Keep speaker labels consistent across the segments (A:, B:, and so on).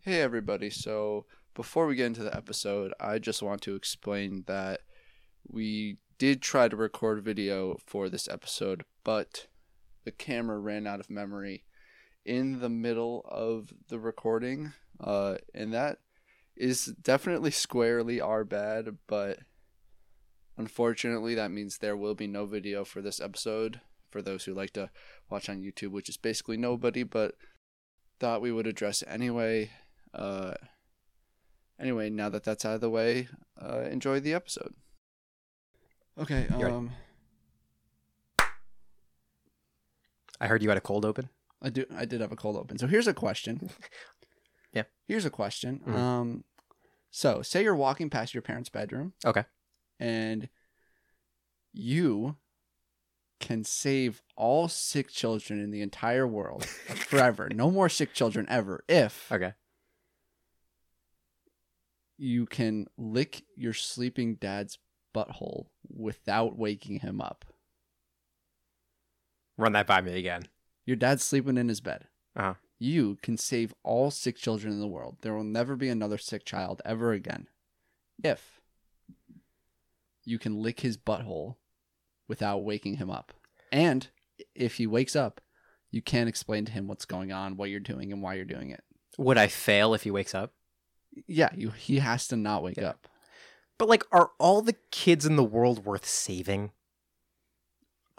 A: Hey, everybody. So, before we get into the episode, I just want to explain that we did try to record video for this episode, but the camera ran out of memory in the middle of the recording. Uh, and that is definitely squarely our bad, but unfortunately, that means there will be no video for this episode for those who like to watch on YouTube, which is basically nobody, but thought we would address it anyway. Uh, anyway, now that that's out of the way, uh, enjoy the episode. Okay. Um,
B: You're right. I heard you had a cold open.
A: I do. I did have a cold open. So here's a question.
B: Yeah.
A: Here's a question.
B: Mhm.
A: Um, so say you're walking past your parents' bedroom.
B: Okay.
A: And you can save all sick children in the entire world forever. no more sick children ever. If
B: Okay.
A: you can lick your sleeping dad's butthole without waking him up.
B: Run that by me again.
A: Your dad's sleeping in his bed.
B: Uh-huh.
A: You can save all sick children in the world. There will never be another sick child ever again. If you can lick his butthole without waking him up. And if he wakes up, you can explain to him what's going on, what you're doing, and why you're doing it.
B: Would I fail if he wakes up?
A: Yeah, you, he has to not wake
B: Yeah.
A: up.
B: But like, are all the kids in the world worth saving?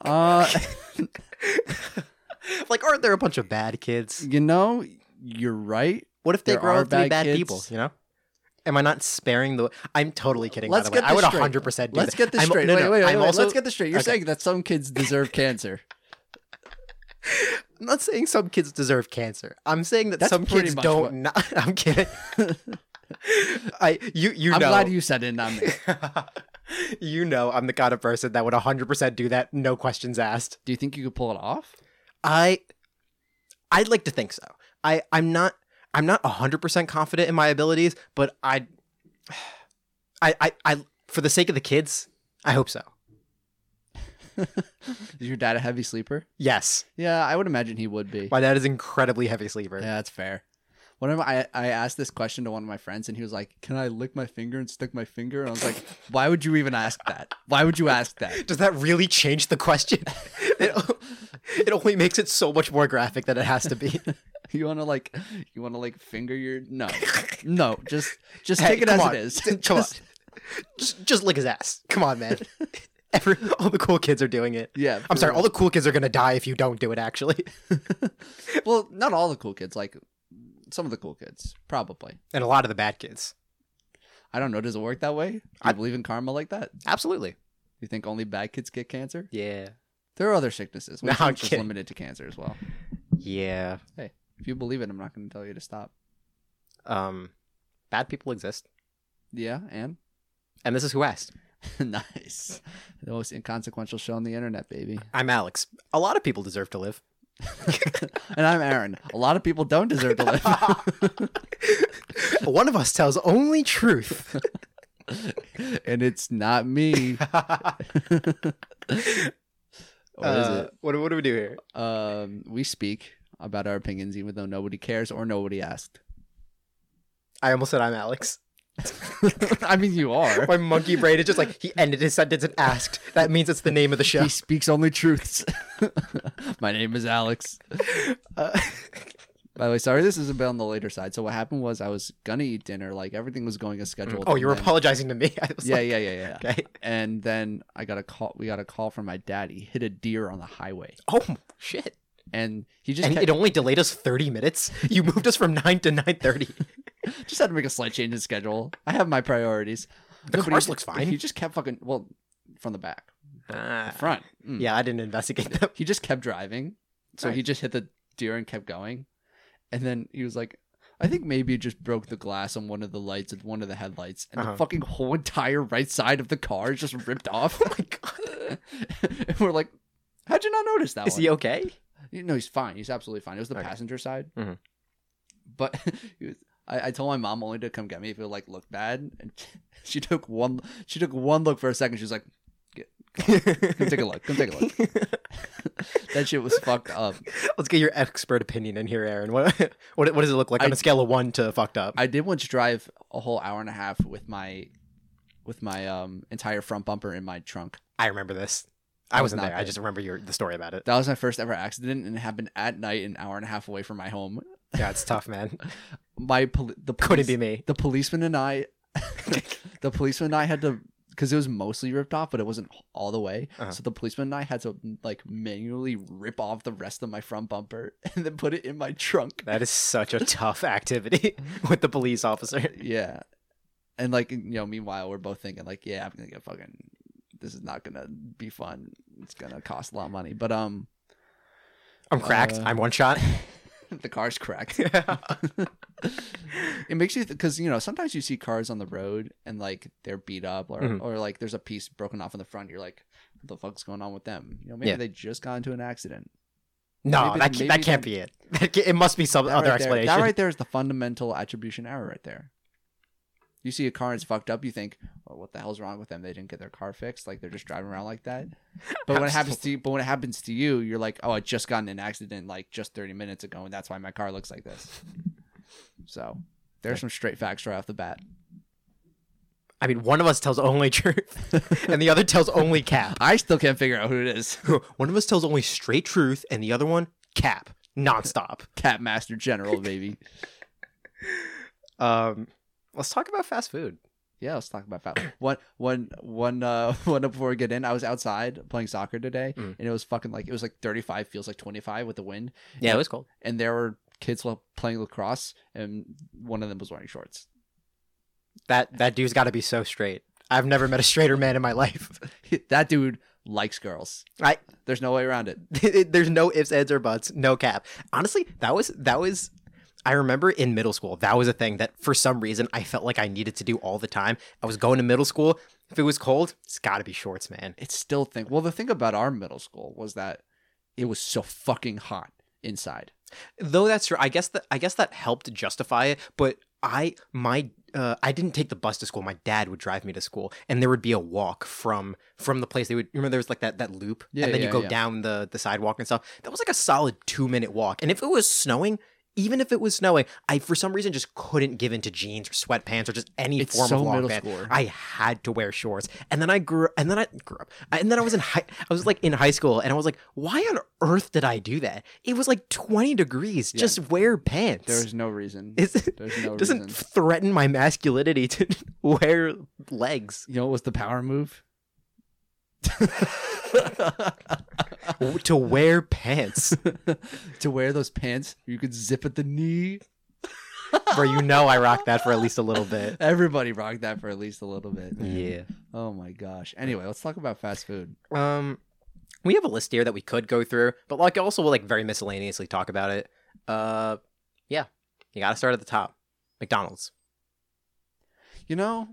A: Uh,
B: like, aren't there a bunch of bad kids?
A: you know, you're right.
B: What if they
A: There
B: grow
A: are
B: up to be
A: bad
B: bad
A: kids.
B: people? You know. Am I not sparing the? I'm totally kidding.
A: Let's
B: by the
A: get
B: way, I would
A: this straight.
B: 100 percent.
A: Let's get this
B: I'm,
A: straight.
B: No,
A: wait,
B: no,
A: wait, wait,
B: I'm
A: wait,
B: also.
A: Let's get this straight. You're
B: Okay.
A: saying that some kids deserve cancer.
B: I'm not saying some kids deserve cancer. I'm saying that
A: That's
B: some
A: pretty
B: kids
A: much
B: don't.
A: what-
B: Not, I'm kidding. I you you
A: I'm
B: know.
A: glad you said in on me.
B: you know I'm the kind of person that would 100% do that, no questions asked.
A: Do you think you could pull it off?
B: I I'd like to think so. I I'm not I'm not 100% confident in my abilities, but I I I, I for the sake of the kids, I hope so.
A: Is your dad a heavy sleeper?
B: Yes.
A: Yeah, I would imagine he would be.
B: My dad is incredibly heavy sleeper.
A: Yeah, that's fair. One of my, I, I asked this question to one of my friends, and he was like, "Can I lick my finger and stick my finger?" And I was like, "Why would you even ask that? Why would you ask that?"
B: Does that really change the question? it, it only makes it so much more graphic than it has to be.
A: You want to like, you want to like finger your no, no, just just
B: Hey,
A: take it
B: come
A: as
B: on.
A: it is.
B: Come on.
A: Just-
B: just, just lick his ass. Come on, man. Every, all the cool kids are doing it.
A: yeah,
B: I'm
A: for
B: sorry,
A: real.
B: all the cool kids are gonna die if you don't do it. Actually,
A: well, not all the cool kids. Like some of the cool kids, probably.
B: and a lot of the bad kids.
A: I don't know. Does it work that way? Do you
B: I-
A: believe in karma like that?
B: Absolutely.
A: You think only bad kids get cancer?
B: Yeah.
A: There are other sicknesses.
B: No,
A: Which
B: I'm
A: no, just
B: kidding.
A: limited to cancer as well.
B: Yeah.
A: If you believe it, I'm not going to tell you to stop.
B: Um, bad people exist,
A: Yeah, and
B: and this is who asked.
A: nice. The most inconsequential show on the internet, baby.
B: I'm Alex. A lot of people deserve to live.
A: And I'm Aaron. A lot of people don't deserve to live,
B: One of us tells only truth.
A: and it's not me. What is
B: Uh, What, what do we do here?
A: it? Um, we speak about our opinions, even though nobody cares or nobody asked.
B: I almost said I'm Alex.
A: I mean, you are.
B: My monkey brain is just like he ended his sentence and asked. That means it's the name of the show.
A: He speaks only truths. My name is Alex.
B: Uh,
A: By the way, sorry, this is a bit on the later side. So what happened was I was gonna eat dinner, like everything was going as scheduled.
B: oh,
A: and
B: you were
A: then-
B: apologizing to me. I was
A: Yeah,
B: like,
A: yeah, yeah, yeah.
B: Okay.
A: And then I got a call. We got a call from my dad. He hit a deer on the highway,
B: Oh shit!
A: and he just
B: And
A: kept-
B: it only delayed us thirty minutes. You moved us from nine to nine thirty.
A: just had to make a slight change in schedule. I have my priorities.
B: The
A: but
B: course
A: he-
B: looks fine.
A: He just kept fucking well from the back, the front. Mm.
B: yeah, I didn't investigate that.
A: He just kept driving, so he
B: Nice.
A: just hit the deer and kept going, and then he was like. I think maybe it just broke the glass on one of the lights and one of the headlights, and
B: Uh-huh.
A: the fucking whole entire right side of the car is just ripped off.
B: Oh my god!
A: and we're like, how'd you not notice that
B: Is
A: one?
B: he okay?
A: You know, he's fine. He's absolutely fine. It was the
B: Okay.
A: passenger side.
B: Mhm.
A: But he was, I, I told my mom only to come get me if it like looked bad, and she took one. She took one look for a second. She was like, "Come take a look. Come take a look." that shit was fucked up.
B: Let's get your expert opinion in here, Aaron. What what, what does it look like on a scale of one to fucked up?
A: I did once drive a whole hour and a half with my with my um entire front bumper in my trunk.
B: I remember this. I
A: That was
B: wasn't
A: not
B: there. I
A: good.
B: just remember your the story about it.
A: That was my first ever accident, and it happened at night, an hour and a half away from my home.
B: Yeah, it's tough, man.
A: My poli- the police-
B: Couldn't be me.
A: the policeman and I, the policeman and I had to, because it was mostly ripped off, but it wasn't all the way.
B: Uh-huh.
A: So the policeman and I had to like manually rip off the rest of my front bumper and then put it in my trunk.
B: That is such a tough activity with the police officer.
A: Yeah, and like you know, meanwhile we're both thinking like, yeah, I'm gonna get fucking. This is not gonna be fun. It's gonna cost a lot of money. But um,
B: I'm cracked.
A: Uh,
B: I'm one shot.
A: the car's cracked.
B: yeah.
A: it makes you because you know sometimes you see cars on the road and like they're beat up or
B: Mhm.
A: or like there's a piece broken off in the front. You're like, what the fuck's going on with them? You know, maybe
B: Yeah.
A: they just got into an accident.
B: No,
A: Maybe-
B: that, ca- that
A: maybe that-
B: can't be it. That ca- It must be some
A: That
B: other
A: right there,
B: explanation.
A: that right there is the fundamental attribution error right there. You see a car and it's fucked up. You think, well, what the hell's wrong with them? They didn't get their car fixed. Like they're just driving around like that. But when it happens to you, but when it happens to you, you're like, oh, I just got in an accident like just 30 minutes ago, and that's why my car looks like this. So there's some straight facts right off the bat.
B: I mean, one of us tells only truth, and the other tells only cap.
A: I still can't figure out who it is.
B: One of us tells only straight truth, and the other one cap nonstop.
A: Cat Master General, baby.
B: Um, let's talk about fast food.
A: Yeah, let's talk about that. One, one, one, uh, one up before we get in. I was outside playing soccer today,
B: Mm.
A: and it was fucking like it was like thirty five, feels like twenty five with the wind,
B: Yeah, it was cold.
A: and there were kids while playing lacrosse, and one of them was wearing shorts.
B: That that dude's got to be so straight. I've never met a straighter man in my life.
A: that dude likes girls.
B: I
A: There's no way around it.
B: there's no ifs, ands, or buts. No cap. Honestly, that was that was. I remember in middle school, that was a thing that for some reason I felt like I needed to do all the time. I was going to middle school. If it was cold, it's got to be shorts, man.
A: It's still thing. Well, the thing about our middle school was that it was so fucking hot inside.
B: Though that's true. I guess that I guess that helped justify it. But I my uh, I didn't take the bus to school. My dad would drive me to school, and there would be a walk from from the place. They would you remember there was like that that loop,
A: Yeah,
B: and then
A: yeah,
B: you go
A: yeah.
B: down the the sidewalk and stuff. That was like a solid two minute walk. And if it was snowing. Even if it was snowing, I for some reason just couldn't give in to jeans or sweatpants or just any
A: It's
B: form
A: so
B: of long
A: middle
B: pants.
A: school.
B: I had to wear shorts. And then I grew and then I grew up. And then I was in high I was like in high school and I was like, why on earth did I do that? It was like 20 degrees.
A: Yeah.
B: Just wear pants.
A: There was no reason.
B: It's-
A: There's no
B: doesn't
A: reason.
B: threaten my masculinity to wear legs.
A: You know what was the power move?
B: to wear pants.
A: to wear those pants, you could zip at the knee.
B: For you know I rocked that for at least a little bit.
A: Everybody rocked that for at least a little bit.
B: Yeah.
A: Oh my gosh. Anyway, let's talk about fast food.
B: Um we have a list here that we could go through, but like also we'll like very miscellaneously talk about it. Uh yeah. You gotta start at the top. McDonald's.
A: You know,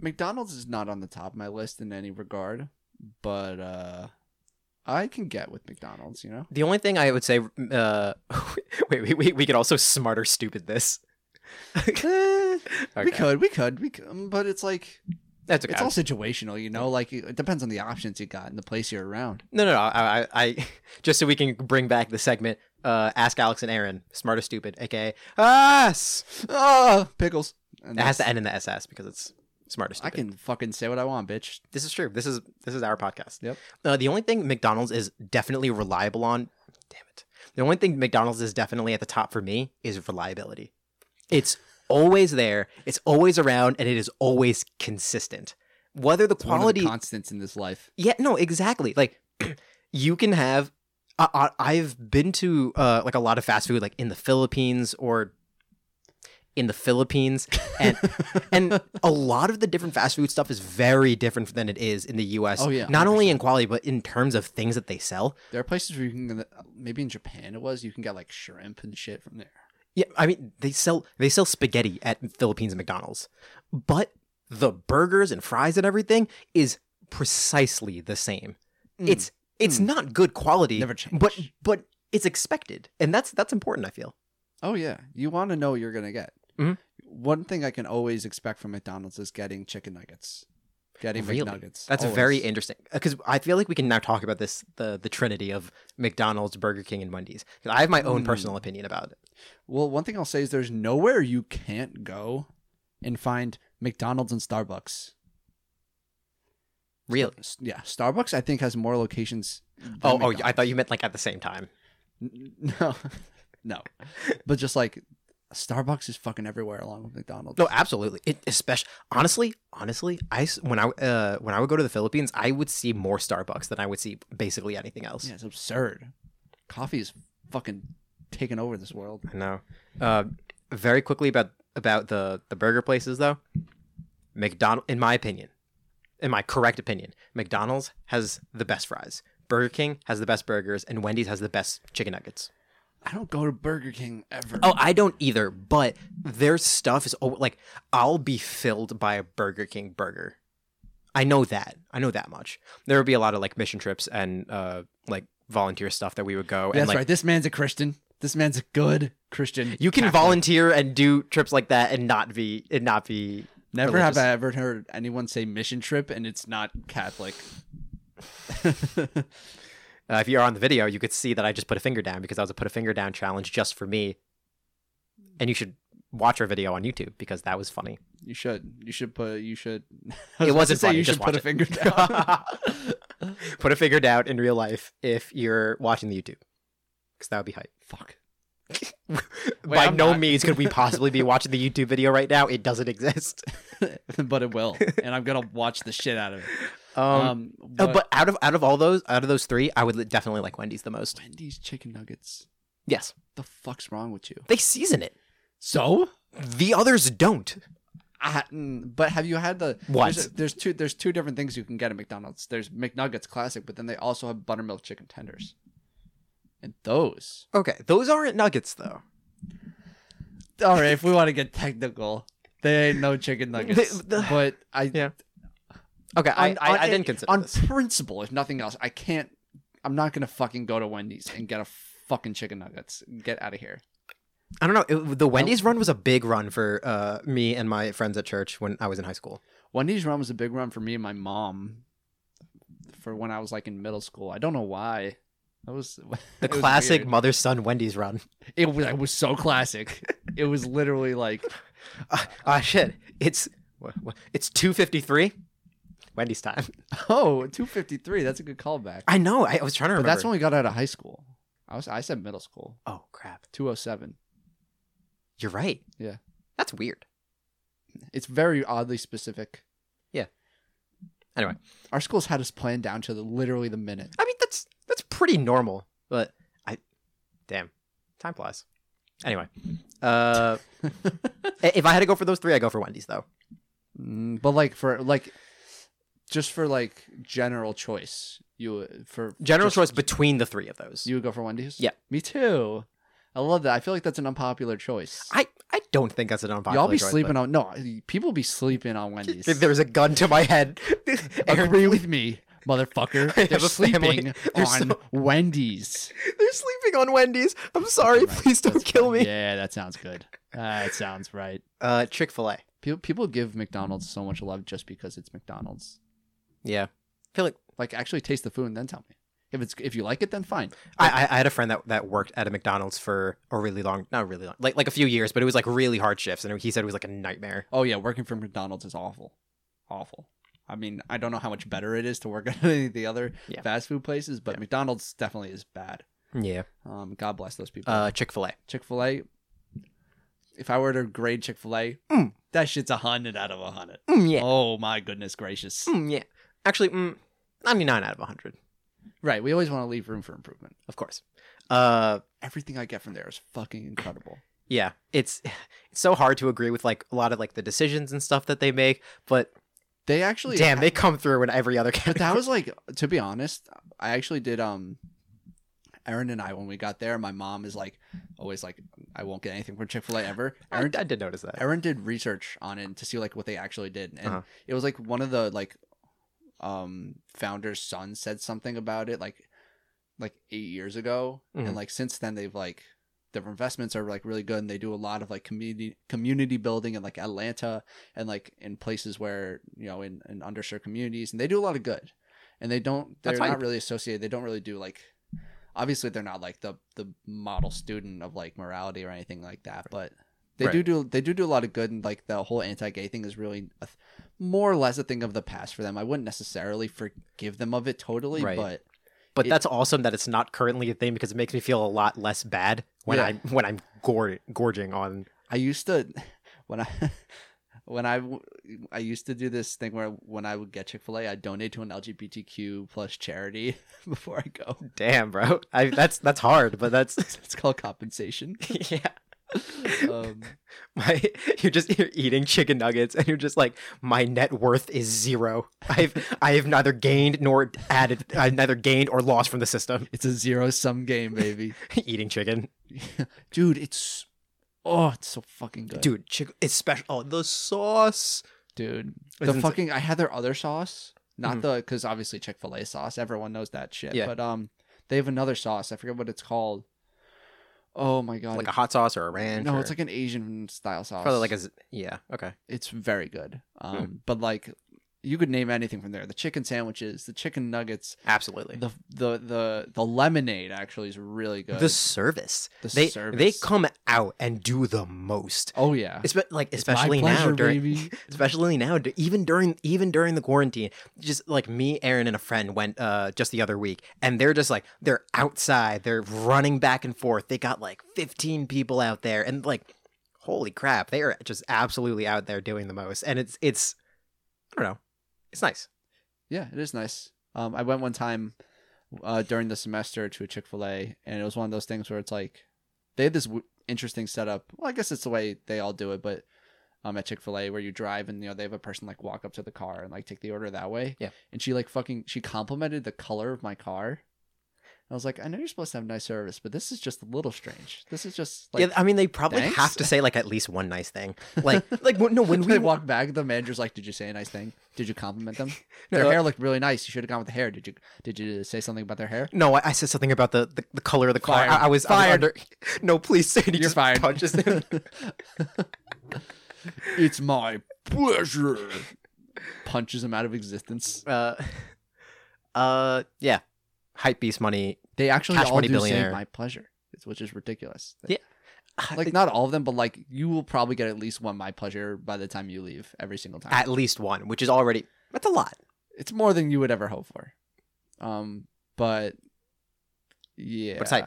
A: McDonald's is not on the top of my list in any regard, but uh I can get with McDonald's, you know.
B: The only thing I would say, uh, wait, we, we, we could also smarter stupid this.
A: Eh, We
B: Okay.
A: could, we could, we could, but it's like
B: That's okay.
A: it's all situational, you know. Like it depends on the options you got and the place you're around.
B: no, no, no. I, I, I, just so we can bring back the segment. Uh, ask Alex and Aaron, smarter stupid, aka us.
A: Ah, pickles. And
B: It
A: that's-
B: has to end in the SS because it's smarter stupid.
A: I can fucking say what I want, bitch.
B: This is true. This is this is our podcast.
A: Yep.
B: Uh, the only thing McDonald's is definitely reliable on. Damn it. The only thing McDonald's is definitely at the top for me is reliability. It's always there. It's always around, and it is always consistent. Whether the
A: It's one of the
B: quality,
A: constants in this life.
B: yeah, no, exactly. Like you can have. I, I, I've been to uh, like a lot of fast food, like in the Philippines or in the Philippines, and and a lot of the different fast food stuff is very different than it is in the U.S.
A: Oh, yeah,
B: not only in quality but in terms of things that they sell.
A: There are places where you can, maybe in Japan it was, you can get like shrimp and shit from there.
B: Yeah, I mean they sell they sell spaghetti at Philippines and McDonald's, but the burgers and fries and everything is precisely the same.
A: Mm.
B: It's it's
A: Mm.
B: not good quality,
A: Never change.
B: but but it's expected, and that's that's important. I feel.
A: Oh yeah, you want to know what you're gonna get.
B: Mhm.
A: One thing I can always expect from McDonald's is getting chicken nuggets. Getting
B: Really?
A: McNuggets.
B: That's
A: always.
B: very interesting because I feel like we can now talk about this the the trinity of McDonald's, Burger King, and Wendy's. 'Cause I have my own
A: Mm.
B: personal opinion about it.
A: Well, one thing I'll say is there's nowhere you can't go and find McDonald's and Starbucks.
B: Really?
A: S- Yeah, Starbucks I think has more locations. than
B: Oh, oh,
A: McDonald's.
B: I thought you meant like at the same time.
A: N- No, no, but just like Starbucks is fucking everywhere along with McDonald's.
B: No, absolutely. It especially honestly, honestly, I s- when I uh, when I would go to the Philippines, I would see more Starbucks than I would see basically anything else.
A: yeah, it's absurd. Coffee is fucking taking over this world.
B: I know. Uh, very quickly about about the the burger places though. McDonald, in my opinion, in my correct opinion, McDonald's has the best fries. Burger King has the best burgers, and Wendy's has the best chicken nuggets.
A: I don't go to Burger King ever.
B: Oh, I don't either, but their stuff is oh, like I'll be filled by a Burger King burger. I know that. I know that much. There would be a lot of like mission trips and uh like volunteer stuff that we would go and
A: that's
B: like
A: right. This man's a Christian. This man's a good Christian.
B: you can
A: Catholic.
B: volunteer and do trips like that and not be and not be
A: Never
B: religious.
A: have I ever heard anyone say mission trip and it's not Catholic.
B: Uh, if you're on the video, you could see that I just put a finger down because that was a put a finger down challenge just for me. And you should watch our video on YouTube because that was funny.
A: You should. You should put. You should.
B: It
A: I was about
B: wasn't
A: to say
B: funny,
A: you
B: just
A: should put
B: watch
A: a
B: it.
A: finger down.
B: Put a finger down in real life if you're watching the YouTube because that would be hype.
A: Fuck.
B: By
A: I'm
B: no
A: not.
B: means could we possibly be watching the YouTube video right now. It doesn't exist.
A: but it will, and I'm gonna watch the shit out of it.
B: Um,
A: Um,
B: uh,
A: but,
B: but out of out of all those out of those three, I would li- definitely like Wendy's the most.
A: Wendy's chicken nuggets.
B: Yes,
A: The fuck's wrong with you?
B: they season it.
A: So,
B: The others don't.
A: I, mm, but have you had the
B: What?
A: There's, there's two. There's two different things you can get at McDonald's. There's McNuggets classic, but then they also have buttermilk chicken tenders, and those.
B: Okay, those aren't nuggets though.
A: all right, if we want to get technical, they ain't no chicken nuggets.
B: The- the-
A: but I,
B: Yeah. Okay, I,
A: on-
B: I,
A: on-
B: I didn't consider
A: on
B: this.
A: principle, if nothing else, I can't. I'm not gonna fucking go to Wendy's and get a fucking chicken nuggets. Get out of here.
B: I don't know. It, the Wendy's run was a big run for uh, me and my friends at church when I was in high school.
A: Wendy's run was a big run for me and my mom, for when I was like in middle school. I don't know why. That was
B: The
A: it was
B: classic
A: weird.
B: mother son Wendy's run.
A: It was, it was so classic. it was literally like
B: Ah, ah, shit! It's wha- wha- it's two fifty three. Wendy's time.
A: oh 253. That's a good callback.
B: I know. I, I was trying
A: but
B: to remember.
A: that's when we got out of high school. I was I said middle school.
B: Oh crap!
A: 207.
B: You're right.
A: Yeah.
B: That's weird.
A: It's very oddly specific.
B: Yeah. Anyway.
A: our schools had us planned down to the, literally the minute.
B: I mean, that's that's pretty normal. But I, damn, time flies. Anyway, uh, i- if I had to go for those three, I go for Wendy's though.
A: Mm, but like for like, just for like general choice, you would- for
B: General
A: just-
B: choice between the three of those.
A: You would go for Wendy's.
B: Yeah.
A: me too. I love that. I feel like that's an unpopular choice.
B: I I don't think that's an unpopular.
A: Y'all be
B: choice, but-
A: sleeping on no. People be sleeping on Wendy's.
B: If There's a gun to my head. Aaron,
A: Agree with me, motherfucker.
B: I
A: They're
B: have a family.
A: sleeping
B: They're
A: on
B: so-
A: Wendy's.
B: they're sleeping on Wendy's. I'm sorry.
A: Right,
B: Please don't
A: that's
B: kill
A: fine.
B: me.
A: Yeah, that sounds good. Uh, it sounds right.
B: Uh, Chick Fil A.
A: People people give McDonald's so much love just because it's McDonald's.
B: Yeah. I feel like
A: Like actually taste the food and then tell me if it's if you like it then fine.
B: I, I I had a friend that, that worked at a McDonald's for a really long, not really long, like like a few years, but it was like really hard shifts, and he said it was like a nightmare.
A: Oh yeah, working for McDonald's is awful, awful. I mean, I don't know how much better it is to work at any of the other
B: Yeah.
A: fast food places, but McDonald's definitely is bad.
B: Yeah.
A: Um, God bless those people.
B: Uh, Chick Fil A.
A: Chick Fil A. If I were to grade Chick Fil A,
B: Mm.
A: that shit's a hundred out of a hundred.
B: Mm, yeah.
A: Oh my goodness gracious!
B: Mm, yeah. Actually, mm, 99 out of 100,
A: Right, we always want to leave room for improvement.
B: of course. Uh,
A: Everything I get from there is fucking incredible.
B: yeah. It's it's so hard to agree with like a lot of like the decisions and stuff that they make, but
A: They actually
B: damn, they come through in every other
A: but Oh,
B: category.
A: that was like to be honest i actually did um Erin and I, when we got there, my mom is like, always like, I won't get anything from Chick Fil A ever.
B: I,
A: Erin,
B: I did notice that.
A: Erin did research on it to see like what they actually did, and
B: Uh-huh.
A: it was like one of the like, um, founder's son said something about it like, like eight years ago,
B: Mhm.
A: and like since then they've like their investments are like really good and they do a lot of like community community building in like Atlanta and like in places where you know in, in underserved communities and they do a lot of good and they don't they're
B: That's
A: not
B: hype.
A: really associated they don't really do like obviously they're not like the the model student of like morality or anything like that but they do
B: Right.
A: do they do do a lot of good and like the whole anti-gay thing is really a th- more or less a thing of the past for them i wouldn't necessarily forgive them of it totally
B: Right.
A: but
B: But
A: It-
B: that's awesome that it's not currently a thing because it makes me feel a lot less bad when
A: Yeah.
B: I'm when I'm gor- gorging on.
A: I used to when I when I w- I used to do this thing where when I would get Chick Fil A, I donate to an LGBTQ plus charity before I go.
B: Damn, bro, I, that's that's hard, but that's
A: It's called compensation.
B: yeah.
A: Um,
B: My, you're just you're eating chicken nuggets and you're just like my net worth is zero. I've I have neither gained nor added. I've neither gained or lost from the system.
A: it's a zero sum game, baby.
B: eating chicken,
A: Dude, it's oh, it's so fucking good,
B: dude. Chick, it's special. Oh, the sauce.
A: Dude,
B: It's
A: the
B: ins-
A: fucking I had their other sauce, not
B: Mhm.
A: the because obviously Chick Fil A sauce, everyone knows that shit.
B: Yeah.
A: But um, they have another sauce. I forget what it's called. Oh my god,
B: like a
A: it's-
B: hot sauce or a ranch.
A: no,
B: or-
A: it's like an Asian style sauce.
B: probably like a z- yeah. Okay,
A: it's very good. Um, but like you could name anything from there. The chicken sandwiches, the chicken nuggets,
B: absolutely.
A: the the the the lemonade actually is really good.
B: the service
A: The
B: they
A: service.
B: they come out and do the most
A: oh yeah.
B: Espe- like
A: It's my
B: especially now
A: pleasure,
B: during
A: baby.
B: especially now d- even during even during the quarantine just like me aaron and a friend went uh just the other week and they're just like they're outside they're running back and forth they got like 15 people out there and like holy crap they are just absolutely out there doing the most and it's it's i don't know it's nice
A: Yeah, it is nice. Um, I went one time uh, during the semester to a Chick Fil A, and it was one of those things where it's like they had this w- interesting setup. Well, I guess it's the way they all do it, but um, at Chick Fil A where you drive and you know they have a person like walk up to the car and like take the order that way.
B: Yeah.
A: And she like fucking she complimented the color of my car. I was like, I know you're supposed to have nice service, but this is just a little strange. This is just like
B: yeah i mean they probably
A: thanks?
B: have to say like at least one nice thing like like no
A: When
B: when we
A: I walked back, the manager's like, "Did you say a nice thing? Did you compliment them?
B: No,
A: their
B: uh,
A: hair looked really nice. You should have gone with the hair. Did you? Did you say something about their hair?
B: No, I, I said something about the, the, the color of the car.
A: Fired.
B: I, I was I was
A: Fired.
B: under. No, please, Sandy.
A: You're
B: just
A: fired.
B: Punches him.
A: it's my pleasure." Punches him out of existence.
B: uh, uh, yeah. Hype beast money.
A: They actually
B: Cash
A: all
B: money
A: do say
B: billionaire.
A: "my pleasure," it's- which is ridiculous.
B: Yeah.
A: Like not all of them, but like you will probably get at least one "my pleasure" by the time you leave every single time.
B: at least one, which is already that's a lot.
A: it's more than you would ever hope for. Um, but yeah,
B: it's hype.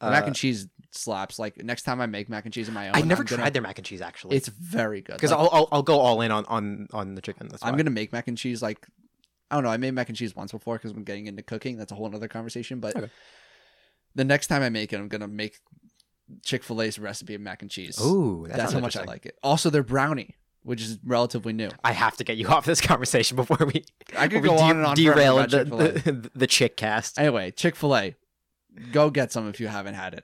A: The mac
B: Uh,
A: and cheese slaps. Like next time I make mac and cheese on my own,
B: I never
A: I'm
B: tried
A: gonna-
B: their mac and cheese actually.
A: It's very good.
B: because
A: Like,
B: I'll, I'll I'll go all in on on on the chicken. That's
A: I'm
B: why.
A: gonna make mac and cheese. Like I don't know. I made mac and cheese once before because I'm getting into cooking. That's a whole other conversation. But
B: Okay.
A: the next time I make it, I'm gonna make Chick Fil A's recipe of mac and cheese.
B: Ooh, that
A: that's
B: sounds
A: how much I
B: interesting.
A: like it. Also, their brownie, which is relatively new.
B: I have to get you off this conversation before we
A: I could
B: we
A: go
B: de-
A: on and on forever
B: derail
A: about
B: the,
A: Chick-fil-A.
B: the the chick cast.
A: Anyway, Chick Fil A, go get some if you haven't had it.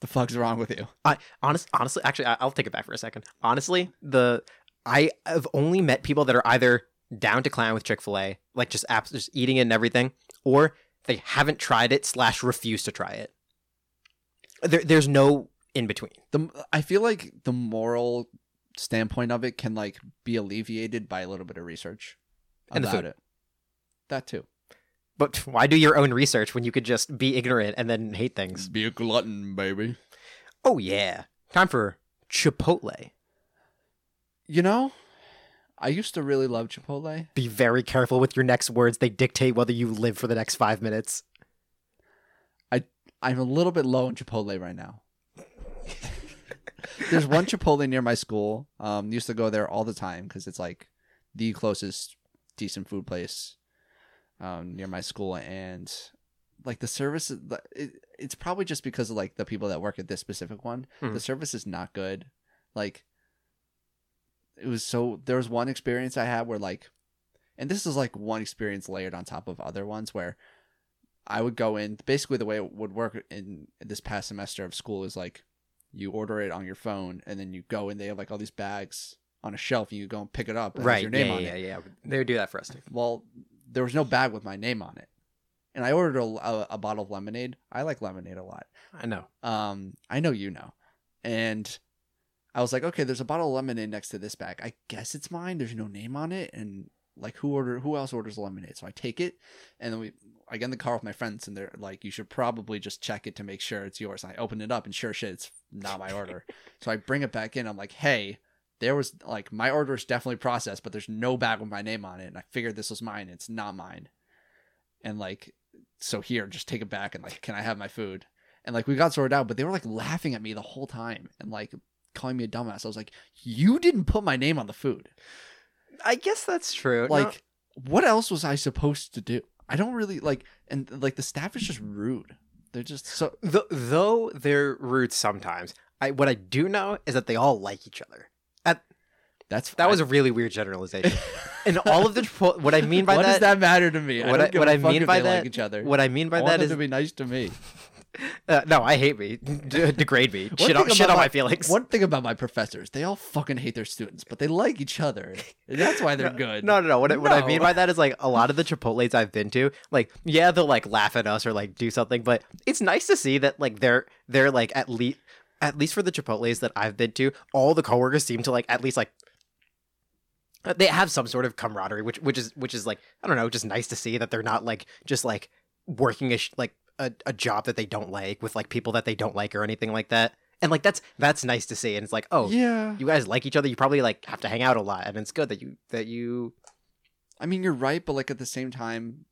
A: The fuck's wrong with you?
B: I honest, honestly, actually, I, I'll take it back for a second. Honestly, the I have only met people that are either down to clown with Chick Fil A, like just apps, just eating it and everything, or they haven't tried it slash refuse to try it. There, there's no in between.
A: the I feel like the moral standpoint of it can like be alleviated by a little bit of research
B: And the
A: about
B: food.
A: it. That too.
B: But why do your own research when you could just be ignorant and then hate things?
A: Be a glutton, baby.
B: Oh yeah, time for Chipotle.
A: You know, I used to really love Chipotle.
B: Be very careful with your next words; they dictate whether you live for the next five minutes.
A: I'm a little bit low on Chipotle right now. There's one Chipotle near my school. Um, used to go there all the time because it's like the closest decent food place um, near my school, and like the service, is- the- it, it's probably just because of like the people that work at this specific one.
B: Mhm.
A: The service is not good. Like it was so. There was one experience I had where like, and this is like one experience layered on top of other ones where I would go in. Basically, the way it would work in this past semester of school is like you order it on your phone, and then you go and they have like all these bags on a shelf, and you go and pick it up. And it has
B: Right?
A: your name
B: yeah,
A: on
B: yeah,
A: it.
B: yeah. They would do that for us. Too.
A: Well, there was no bag with my name on it. and I ordered a, a, a bottle of lemonade. I like lemonade a lot.
B: I know.
A: Um, I know you know. And I was like, okay, there's a bottle of lemonade next to this bag. I guess it's mine. There's no name on it, and like who order who else orders lemonade? So I take it, and then we I get in the car with my friends, and they're like, you should probably just check it to make sure it's yours. And I open it up, and sure shit, it's not my order. so I bring it back in. I'm like, hey. There was like my order is definitely processed, but there's no bag with my name on it, and I figured this was mine. It's not mine, and like so here, just take it back and like, can I have my food? And like we got sorted out, but they were like laughing at me the whole time and like calling me a dumbass. I was like, you didn't put my name on the food.
B: I guess that's true. Uh, No,
A: Like, what else was I supposed to do? I don't really like, and like the staff is just rude. They're just so
B: th- though they're rude sometimes. I what I do know is that they all like each other.
A: that's
B: That was a really weird generalization. and all of the Chipotle, what I mean by
A: what does
B: that,
A: that matter to me?
B: what
A: I,
B: I-
A: don't give
B: what
A: a
B: I
A: fuck
B: mean
A: if
B: by
A: they like
B: that-
A: each other.
B: what I mean by
A: I want
B: that
A: them
B: is
A: to be nice to me.
B: uh, no, I hate me, D- degrade me,
A: One
B: shit on
A: thing
B: shit
A: about
B: on
A: my-
B: my feelings.
A: One thing about my professors, they all fucking hate their students, but they like each other. And that's why they're good.
B: No, no, no. What, I- what I mean
A: No.
B: by that is like a lot of the Chipotle's I've been to, like yeah, they'll like laugh at us or like do something, but it's nice to see that like they're they're like at least at least for the Chipotle's that I've been to, all the coworkers seem to like at least like uh, they have some sort of camaraderie, which which is which is like I don't know, just nice to see that they're not like just like working a sh- like a, a job that they don't like with like people that they don't like or anything like that. And like that's that's nice to see, and it's like oh.
A: Yeah.
B: You guys like each other. You probably like have to hang out a lot, and it's good that you that you
A: I mean, you're right, but like at the same time,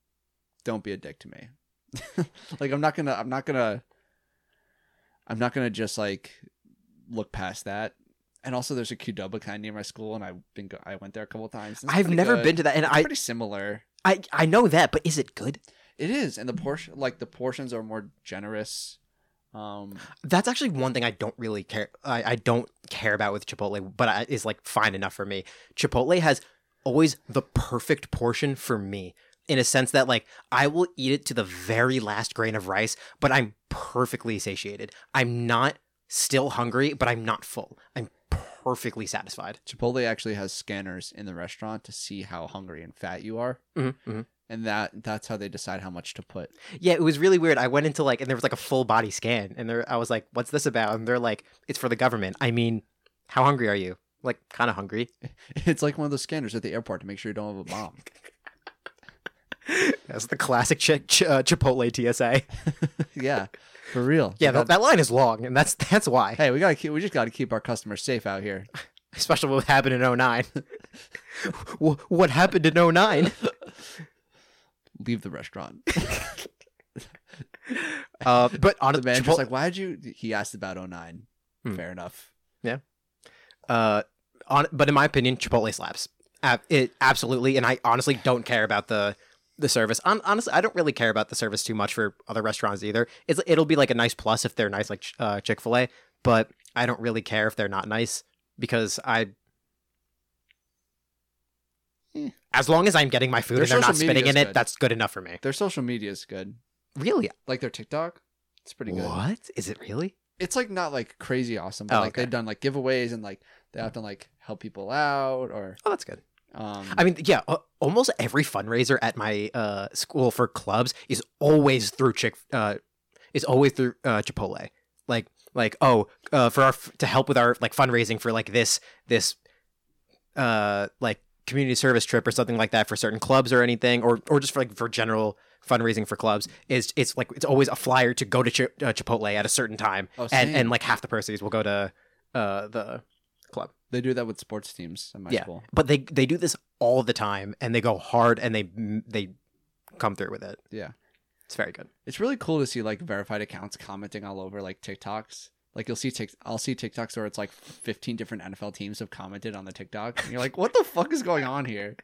A: don't be a dick to me. like I'm not gonna, I'm not gonna, I'm not gonna just like look past that. And also, there's a Qdoba kind near my school, and I've been, go- I went there a couple times. It's
B: I've
A: pretty
B: never
A: good.
B: been to that, and
A: It's
B: I,
A: pretty similar.
B: I I know that, but is it good?
A: It is, and the portion, like the portions, are more generous. Um,
B: That's actually one thing I don't really care. I, I don't care about with Chipotle, but I, is like fine enough for me. Chipotle has always the perfect portion for me in a sense that like I will eat it to the very last grain of rice, but I'm perfectly satiated. I'm not still hungry, but I'm not full. I'm perfectly satisfied.
A: Chipotle actually has scanners in the restaurant to see how hungry and fat you are,
B: Mm-hmm.
A: and that that's how they decide how much to put.
B: Yeah, it was really weird. I went into like, and there was like a full body scan, and there I was like, "What's this about?" And they're like, "It's for the government." I mean, how hungry are you? Like, kind of hungry.
A: It's like one of those scanners at the airport to make sure you don't have a bomb.
B: That's the classic ch- ch- uh, Chipotle TSA.
A: yeah, for real.
B: Yeah,
A: We
B: that,
A: got-
B: that line is long, and that's that's why,
A: hey, we gotta keep, we just gotta keep our customers safe out here.
B: especially what happened in 09. W- what happened in 09?
A: Leave the restaurant.
B: Uh,
A: The
B: but honestly,
A: manager's
B: Chipotle,
A: like, "Why would you?" He asked about 09.
B: Hmm.
A: Fair enough.
B: uh, on, but in my opinion, Chipotle slaps. Ab- it absolutely, and I honestly don't care about the the service. Hon honestly, I don't really care about the service too much for other restaurants either. It's it'll be like a nice plus if they're nice, like Ch- uh, Chick fil A, but I don't really care if they're not nice because I.
A: Eh.
B: As long as I'm getting my food
A: Their
B: and they're not
A: social
B: spitting
A: media's
B: in it,
A: good.
B: that's good enough for me.
A: Their social media is good.
B: Really?
A: Like their TikTok, it's pretty good.
B: What is it really?
A: It's like not like crazy awesome, but
B: Oh,
A: like
B: okay.
A: they've done like giveaways and like they have to like help people out or
B: Oh, that's good.
A: um.
B: I mean, yeah, a- almost every fundraiser at my uh, school for clubs is always through Chick, uh, is always through uh, Chipotle. Like, like oh, uh, for our f- to help with our like fundraising for like this this, uh, like community service trip or something like that for certain clubs or anything, or or just for like for general fundraising for clubs is it's like it's always a flyer to go to Chi uh, Chipotle at a certain time,
A: oh,
B: and
A: same.
B: and like half the proceeds will go to uh the club
A: they do that with sports teams in my
B: Yeah.
A: school.
B: but they they do this all the time and they go hard and they they come through with it
A: Yeah.
B: it's very good
A: It's really cool to see like verified accounts commenting all over like TikToks. Like you'll see tick I'll see TikToks where it's like 15 different NFL teams have commented on the TikTok. And you're like, what the fuck is going on here?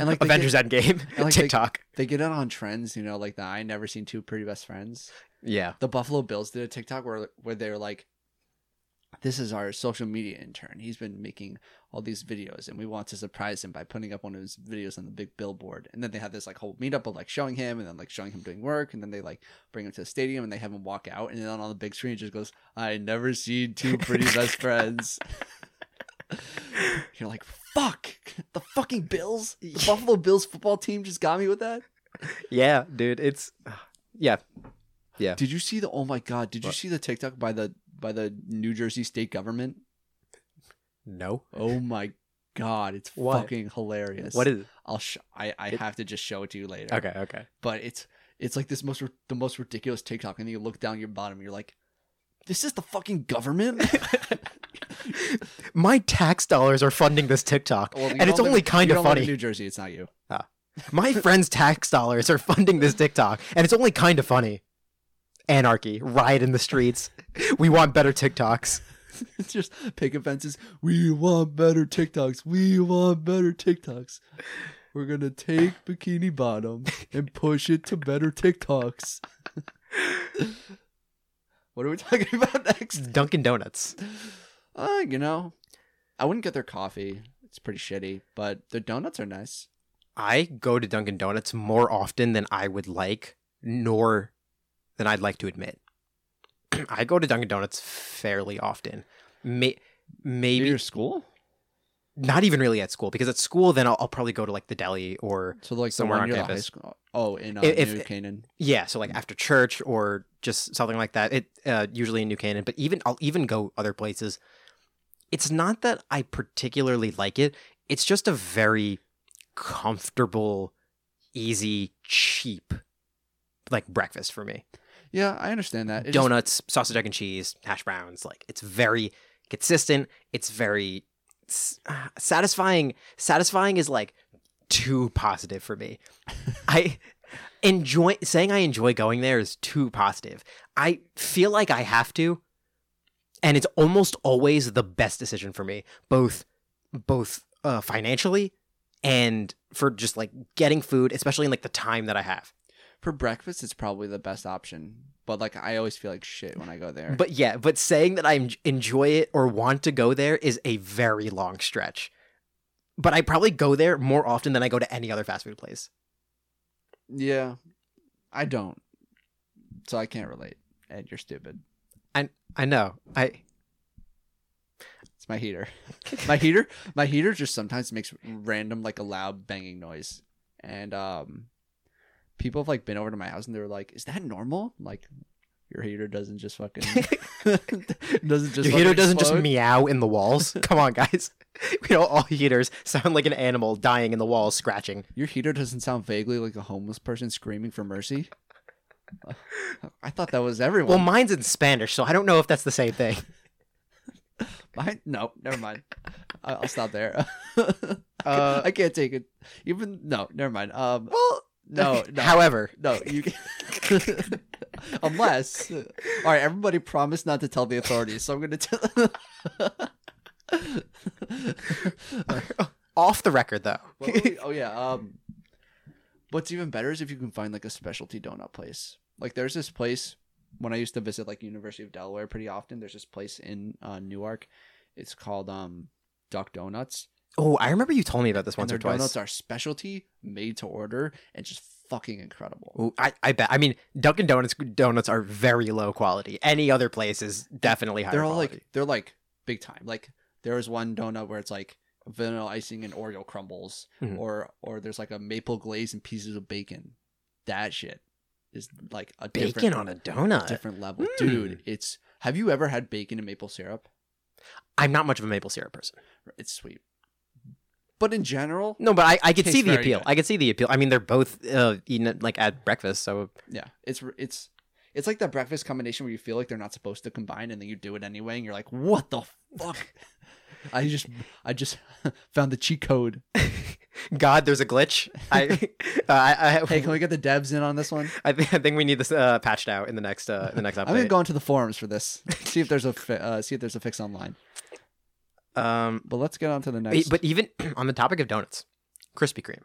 A: And like they
B: avengers
A: get,
B: endgame
A: and, like, they-
B: tiktok
A: they get in on trends, you know, like the I never seen two pretty best friends.
B: yeah
A: The Buffalo Bills did a TikTok where where they were like, This is our social media intern. He's been making all these videos and we want to surprise him by putting up one of his videos on the big billboard. And then they had this like whole meetup of like showing him and then like showing him doing work and then they like bring him to the stadium and they have him walk out and then on the big screen it just goes, I never seen two pretty best friends. You're like, fuck the fucking Bills. The Buffalo Bills football team just got me with that.
B: yeah, dude. It's yeah.
A: Did you see the? Oh my god! Did you
C: What?
A: see the TikTok by the by the New Jersey state government?
B: No.
A: Oh my god! It's
B: What?
A: fucking hilarious.
B: What is?
A: I'll sh- I I
B: It-
A: have to just show it to you later.
B: Okay. Okay.
A: But it's it's like this most ri- the most ridiculous TikTok, and then you look down your bottom, and you're like, this is the fucking government.
B: My tax dollars are funding this TikTok,
A: Well, you
B: and it's
A: don't live-
B: only kind
A: you
B: of
A: don't live in
B: funny.
A: New Jersey, it's not you.
B: My friend's tax dollars are funding this TikTok, and it's only kind of funny. Anarchy, riot in the streets. We want better TikToks.
A: It's just picket fences. We want better TikToks. We want better TikToks. We're gonna take Bikini Bottom and push it to better TikToks. what are we talking about next?
B: Dunkin' Donuts.
A: Uh, you know, I wouldn't get their coffee. It's pretty shitty, but their donuts are nice.
B: I go to Dunkin' Donuts more often than I would like, nor than I'd like to admit. I go to Dunkin' Donuts fairly often. May-
A: Near
B: maybe
A: your school,
B: not even really at school, because at school, then I'll, I'll probably go to like the deli or,
A: so like
B: Somewhere
A: the
B: on
A: one near the high
B: campus.
A: school. Oh, in uh,
B: If-
A: New
B: if-
A: Canaan.
B: yeah, so like after church or just something like that. It uh, usually in New Canaan, but even I'll even go other places. It's not that I particularly like it, it's just a very comfortable, easy, cheap like breakfast for me.
A: Yeah, I understand that. It just-
B: donuts, sausage, egg, and cheese, hash browns. Like it's very consistent. It's very s- ah, satisfying. Satisfying is like too positive for me. I enjoy saying I enjoy going there is too positive. I feel like I have to, and it's almost always the best decision for me, both both uh, financially and for just like getting food, especially in like the time that I have.
A: for breakfast, it's probably the best option. But like, I always feel like shit when I go there.
B: But yeah, but saying that I en- enjoy it or want to go there is a very long stretch. But I probably go there more often than I go to any other fast food place.
A: Yeah, I don't. So I can't relate. Ed, you're stupid.
B: I know. I
A: It's my heater. my heater. My heater just sometimes makes random like a loud banging noise, and um, people have like been over to my house and they were like, "Is that normal?" I'm like, your heater doesn't just fucking doesn't just
B: your heater
A: fucking
B: doesn't just
A: explode."
B: meow in the walls. Come on, guys. We know all heaters sound like an animal dying in the walls, scratching.
A: Your heater doesn't sound vaguely like a homeless person screaming for mercy. I thought that was everyone.
B: Well, mine's in Spanish, so I don't know if that's the same thing.
A: Mine? No, never mind. I- I'll stop there.
B: Uh,
A: I can't take it. Even no, never mind. Um,
B: well,
A: no, no,
B: However,
A: no. You can- unless uh, all right. Everybody promise not to tell the authorities. So I'm gonna tell.
B: off the record though.
A: What were we- oh yeah. Um, what's even better is if you can find like a specialty donut place. Like there's this place when I used to visit like University of Delaware pretty often. There's this place in uh, Newark. It's called um, Duck Donuts.
B: Oh, I remember you told me about this
A: and
B: once
A: their
B: or twice.
A: donuts are specialty, made to order, and just fucking incredible.
B: Ooh, I, I bet. I mean, Dunkin' Donuts donuts are very low quality. Any other place is definitely higher.
A: They're all
B: quality.
A: like they're like big time. Like there is one donut where it's like vanilla icing and Oreo crumbles,
B: Mhm.
A: or or there's like a maple glaze and pieces of bacon. That shit is like a
B: bacon
A: different,
B: on a donut.
A: different level,
B: Mm.
A: dude. It's have you ever had bacon and maple syrup?
B: I'm not much of a maple syrup person.
A: It's sweet, but in general,
B: No, but I, I could
A: Tastes
B: see the
A: very
B: appeal.
A: good.
B: I could see the appeal. I mean, they're both uh, eaten at, like at breakfast, so
A: Yeah, it's it's it's like that breakfast combination where you feel like they're not supposed to combine, and then you do it anyway, and you're like, "What the fuck?" I just I just found the cheat code.
B: God, there's a glitch. I uh, I I,
A: Hey, can we get the devs in on this one?
B: I, think, I think we need this uh, patched out in the next uh, in the next
A: I'm gonna
B: update.
A: go into the forums for this. See if there's a fi- uh, see if there's a fix online.
B: um,
A: But let's get on to the
B: e-
A: next.
B: but even on the topic of donuts, Krispy Kreme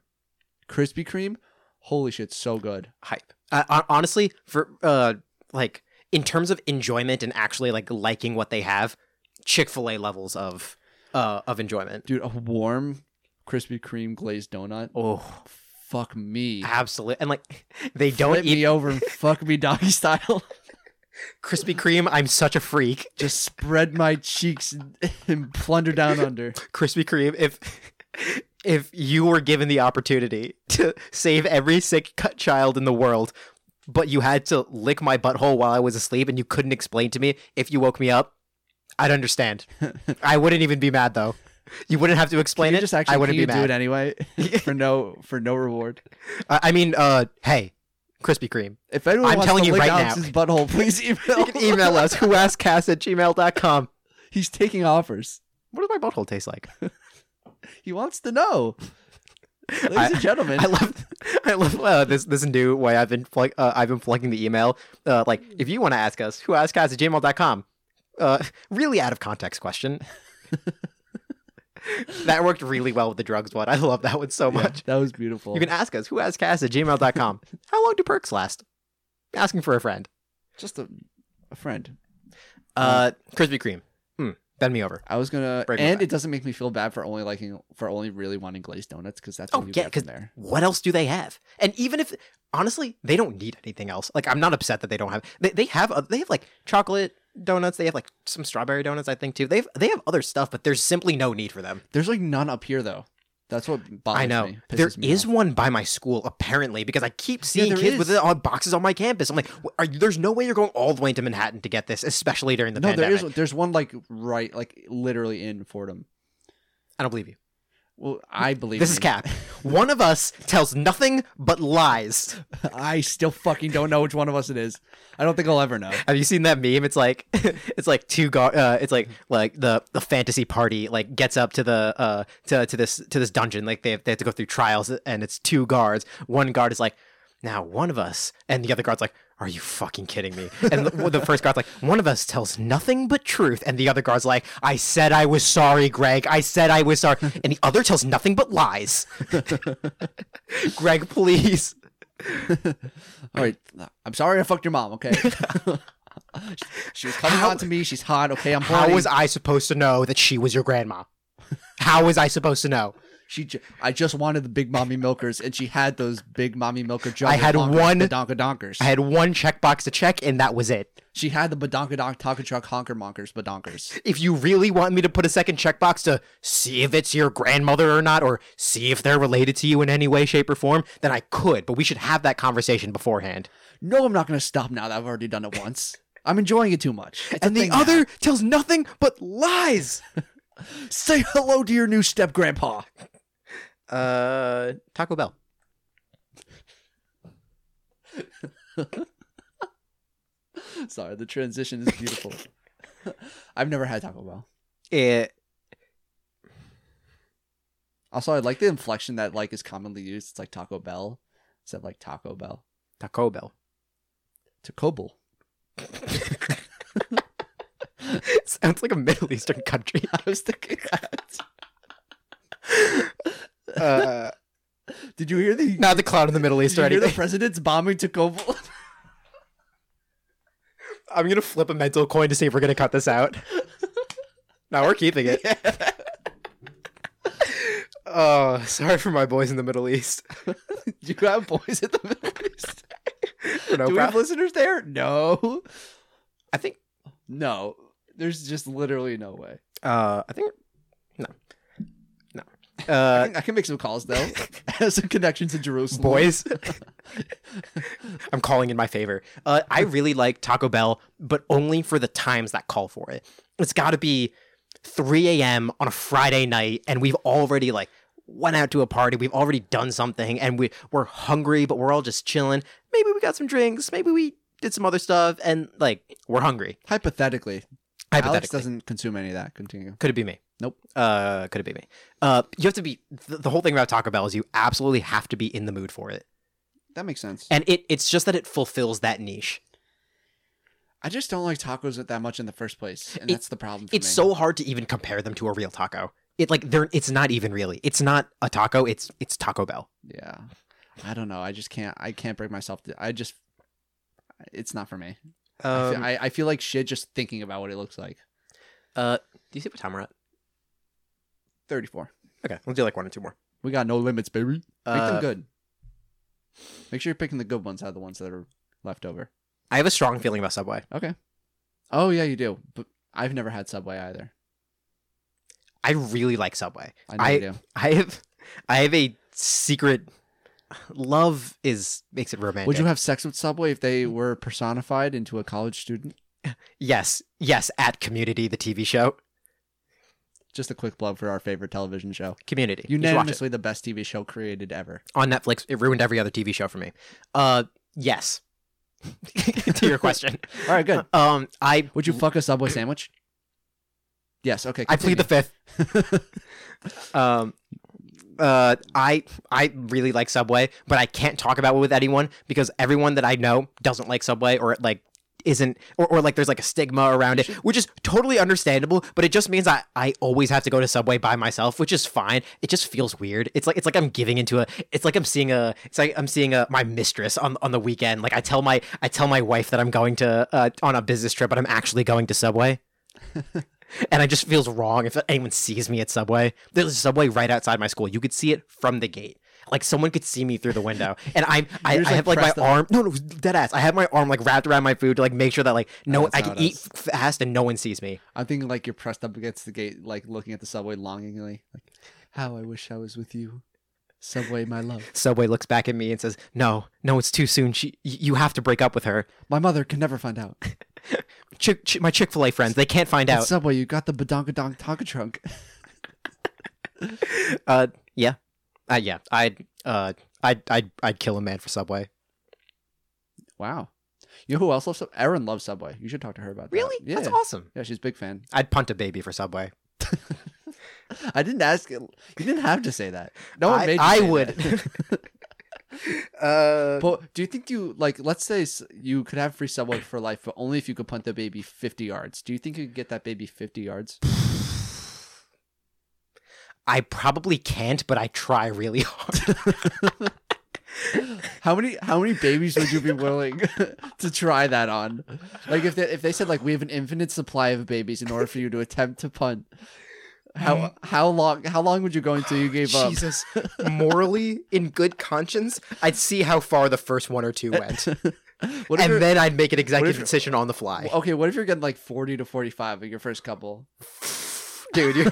A: Krispy Kreme, holy shit, so good.
B: hype. Uh, hon- honestly, for uh, like in terms of enjoyment and actually like liking what they have, Chick Fil A levels of uh of enjoyment.
A: Dude, a warm Krispy Kreme glazed donut.
B: Oh,
A: Fuck me.
B: absolutely! And like they Ah, don't
A: Flip
B: eat
A: me over and fuck me doggy style.
B: Krispy Kreme. I'm such a freak.
A: Just spread my cheeks and, and plunder down under.
B: Krispy Kreme. If if you were given the opportunity to save every sick cut child in the world, but you had to lick my butthole while I was asleep and you couldn't explain to me if you woke me up, I'd understand. I wouldn't even be mad though. You wouldn't have to explain
A: Can you
B: it.
A: just actually
B: I wouldn't
A: can you
B: be
A: do
B: mad.
A: it anyway for no for no reward.
B: I I mean, uh, hey, Krispy Kreme.
A: If anyone
B: I'm
A: wants
B: telling
A: to
B: you
A: lick
B: right now.
A: Alex's butthole, please
B: You
A: email.
B: can email us whoascast at gmail.com.
A: He's taking offers.
B: What does my butthole taste like?
A: He wants to know. Ladies
B: I-
A: and gentlemen,
B: I love, I love uh, this this new way I've been plug, uh, I've been plugging the email. Uh, like if you want to ask us, who ask us at gmail.com. Uh, really out of context question. that worked really well with the drugs one. I love that one so
A: Yeah,
B: much.
A: that was beautiful.
B: You can ask us who ask us at gmail.com. How long do perks last? Asking for a friend.
A: just a, a friend.
B: Uh, Krispy Kreme. Hmm. bend me over.
A: I was gonna,
B: Break my
A: and
B: back.
A: it doesn't make me feel bad for only liking for only really wanting glazed donuts because that's
B: Oh,
A: all you get
B: yeah,
A: from
B: 'cause-
A: there.
B: what else do they have? And even if honestly, they don't need anything else. Like I'm not upset that they don't have. They, they have oth- they have like chocolate donuts. They have like some strawberry donuts. I think too. They have, they have other stuff, but there's simply no need for them.
A: There's like none up here though. That's what bothers
B: I know
A: me.
B: there
A: pisses me
B: is
A: off.
B: one by my school apparently because I keep seeing
A: there
B: kids
A: is.
B: with it on boxes on my campus. I'm like, "Wh- are you, there's no way you're going all the way to Manhattan to get this, especially during the
A: no.
B: pandemic.
A: There is. There's one like right, like literally in Fordham.
B: I don't believe you.
A: Well, I believe
B: This is
A: you.
B: cap. one of us tells nothing but lies.
A: I still fucking don't know which one of us it is. I don't think I'll ever know.
B: Have you seen that meme? It's like it's like two go- uh it's like like the the fantasy party like gets up to the uh to, to this to this dungeon like they have, they have to go through trials and it's two guards. One guard is like now one of us and the other guard's like are you fucking kidding me? And the, the first guard's like one of us tells nothing but truth and the other guard's like I said I was sorry Greg. I said I was sorry. And the other tells nothing but lies. Greg, please.
A: All right, I'm sorry I fucked your mom. Okay, she was coming
B: How-
A: on to me. She's hot. Okay, I'm
B: How
A: horny.
B: was I supposed to know that she was your grandma? How was I supposed to know?
A: She, ju- I just wanted the big mommy milkers, and she had those big mommy milker jumbo.
B: I had
A: honkers,
B: one-
A: badonka donkers.
B: I had one checkbox to check, and that was it.
A: she had the badonka donk taco truck honker monkers badonkers.
B: If you really want me to put a second checkbox to see if it's your grandmother or not, or see if they're related to you in any way, shape, or form, then I could, but we should have that conversation beforehand.
A: No, I'm not gonna stop now that I've already done it once. I'm enjoying it too much. It's a
B: and the
A: thing now.
B: other tells nothing but lies.
A: say hello to your new step grandpa.
B: Uh, Taco Bell.
A: Sorry, the transition is beautiful. I've never had Taco Bell.
B: It,
A: Also, I like the inflection that like is commonly used. It's like Taco Bell instead of like Taco Bell.
B: Taco Bell.
A: Taco Bell.
B: Sounds like a Middle Eastern country.
A: I was thinking that.
B: Uh,
A: Did you hear the?
B: not the clown in the Middle
A: did
B: East
A: you
B: or
A: hear the
B: anything.
A: president's bombing Taco Bell?
B: I'm gonna flip a mental coin to see if we're gonna cut this out. no, we're keeping it. Oh, sorry for my boys in the Middle East.
A: Do you have boys at the Middle East?
B: For no
A: Do we have
B: prob-
A: listeners there? No.
B: I think,
A: No. There's just literally no way.
B: uh, I think, no, no.
A: I
B: Uh,
A: can, I can make some calls though. I have some connections in Jerusalem.
B: boys, I'm calling in my favor. Uh, I really like Taco Bell, but only for the times that call for it. It's got to be 3 a.m. on a Friday night, and we've already like went out to a party. We've already done something, and we we're hungry, but we're all just chilling. Maybe we got some drinks. Maybe we did some other stuff, and like we're hungry.
A: Hypothetically, Alex
B: Hypothetically,
A: doesn't consume any of that. Continue.
B: could it be me?
A: Nope.
B: Uh, could it be me? Uh, you have to be. The, the whole thing about Taco Bell is you absolutely have to be in the mood for it,
A: That makes sense.
B: and it it's just that it fulfills that niche.
A: I just don't like tacos that much in the first place, and
B: It-
A: that's the problem. For
B: it's
A: me.
B: so hard to even compare them to a real taco. It like they're it's not even really. It's not a taco. It's it's Taco Bell.
A: yeah. I don't know. I just can't. I can't break myself. To, I just. It's not for me. I, feel,
B: Um,
A: I, I feel like shit just thinking about what it looks like.
B: uh, do you see what time we're at?
A: Thirty-four.
B: Okay, we'll do like one or two more.
A: We got no limits, baby. Make
B: Uh,
A: them good. Make sure you're picking the good ones out of the ones that are left over.
B: I have a strong feeling about Subway.
A: Okay. Oh yeah, you do. But I've never had Subway either.
B: I really like Subway.
A: I know
B: I-
A: you do.
B: I have I have a secret love is makes it romantic.
A: Would you have sex with Subway if they were personified into a college student?
B: Yes, yes, at Community, the TV show.
A: Just a quick plug for our favorite television show.
B: Community. You should watch it.
A: Unanimously the best TV show created ever.
B: on Netflix. It ruined every other TV show for me. Uh, yes. to your question.
A: All right, good.
B: Um, I
A: Would you fuck a Subway sandwich? Yes, okay.
B: I plead the fifth. Um, uh, I I really like Subway, but I can't talk about it with anyone because everyone that I know doesn't like Subway or like isn't or, or like there's like a stigma around it which is totally understandable but it just means I, I always have to go to subway by myself which is fine it just feels weird it's like it's like i'm giving into a it's like i'm seeing a it's like i'm seeing a my mistress on on the weekend like i tell my i tell my wife that i'm going to uh, on a business trip but i'm actually going to subway and it just feels wrong if anyone sees me at Subway. There's a Subway right outside my school. You could see it from the gate. Like someone could see me through the window, and I'm I, I
A: You're just, like,
B: have like my
A: pressed up.
B: arm. No, no, dead ass. I have my arm like wrapped around my food to like make sure that like no,
A: that's
B: I
A: how
B: can
A: it
B: eat
A: is.
B: fast and no one sees me.
A: I'm thinking like you're pressed up against the gate, like looking at the subway longingly. Like, how I wish I was with you. Subway, my love.
B: Subway looks back at me and says, "No, no, it's too soon. She, y- you have to break up with her.
A: My mother can never find out.
B: Chick, Chick- my Chick Fil A friends, they can't find
A: At
B: out."
A: subway, you got the badonkadonk taco trunk.
B: Uh, yeah, uh, yeah. I'd uh, I'd I'd I'd kill a man for Subway.
A: Wow. You know who else loves Subway? Erin loves Subway. You should talk to her about
B: Really?
A: that. Yeah.
B: That's awesome.
A: Yeah, she's a big fan.
B: I'd punt a baby for Subway.
A: I didn't ask it. You didn't have to say that. No one
B: I-
A: made you
B: I
A: say
B: would.
A: that.
B: Uh,
A: but do you think you like? Let's say s- you could have free subway for life, but only if you could punt the baby fifty yards. Do you think you could get that baby fifty yards?
B: I probably can't, but I try really hard.
A: How many how many babies would you be willing to try that on? Like if they if they said like we have an infinite supply of babies in order for you to attempt to punt.
B: Mm.
A: How how long how long would you go until you gave up?
B: Jesus. Morally, in good conscience, I'd see how far the first one or two went.
A: What if
B: and
A: you're-
B: then I'd make an executive
A: you're-
B: decision on the fly.
A: okay, what if you're getting like forty to forty five in your first couple?
B: Dude, you're,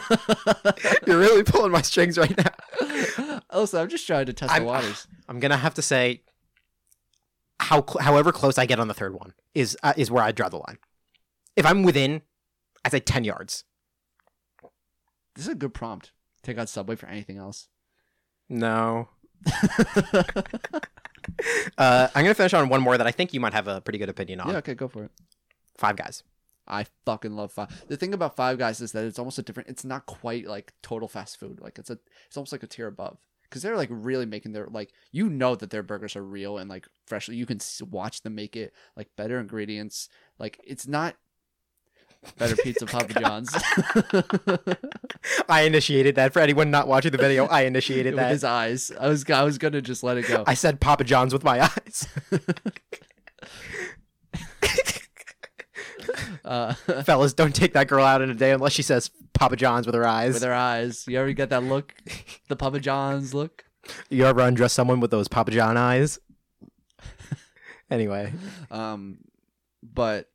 B: you're really pulling my strings right now.
A: Also, I'm just trying to test
B: I'm-
A: the waters.
B: I'm going to have to say, how cl- however close I get on the third one is, uh, is where I draw the line. If I'm within, I'd say 10 yards.
A: This is a good prompt. Take out Subway for anything else.
B: No. Uh, I'm going to finish on one more that I think you might have a pretty good opinion on.
A: Yeah, okay, go for it.
B: Five Guys.
A: I fucking love Five. The thing about Five Guys is that it's almost a different. It's not quite like total fast food. Like it's a. It's almost like a tier above because they're like really making their like you know that their burgers are real and like fresh. You can s- watch them make it like better ingredients. Like it's not better pizza Papa John's.
B: I initiated that. For anyone not watching the video, I initiated
A: With
B: that.
A: his eyes, I was I was gonna just let it go.
B: I said Papa John's with my eyes.
A: Uh,
B: Fellas, don't take that girl out in a day unless she says Papa John's with her eyes.
A: with her eyes, you ever get that look, the Papa John's look?
B: you ever undress someone with those Papa John eyes? anyway,
A: um but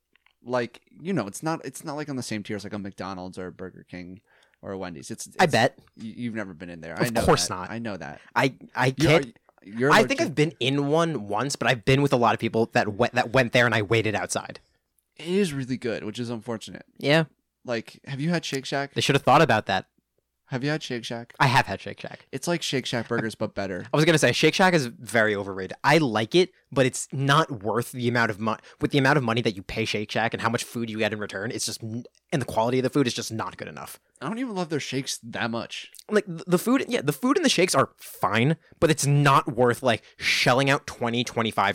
A: like you know it's not it's not like on the same tier as like a mcdonald's or a burger king or a wendy's it's,
B: I
A: it's-
B: bet
A: you, you've never been in there i
B: Of
A: know
B: course
A: that.
B: not.
A: i know that
B: I I
A: You're-
B: can't.
A: you're
B: I
A: allergic-
B: think I've been in one once, but I've been with a lot of people that went that went there and I waited outside.
A: it is really good which is unfortunate
B: Yeah,
A: like have you had shake shack
B: they should have thought about that.
A: have you had shake shack
B: I have had Shake Shack.
A: it's like shake shack burgers but better
B: I was gonna say Shake Shack is very overrated. I like it, but it's not worth the amount of money with the amount of money that you pay Shake Shack and how much food you get in return. It's just n- and the quality of the food is just not good enough.
A: i don't even love their shakes that much
B: Like th- the food, yeah, the food and the shakes are fine, but it's not worth like shelling out 20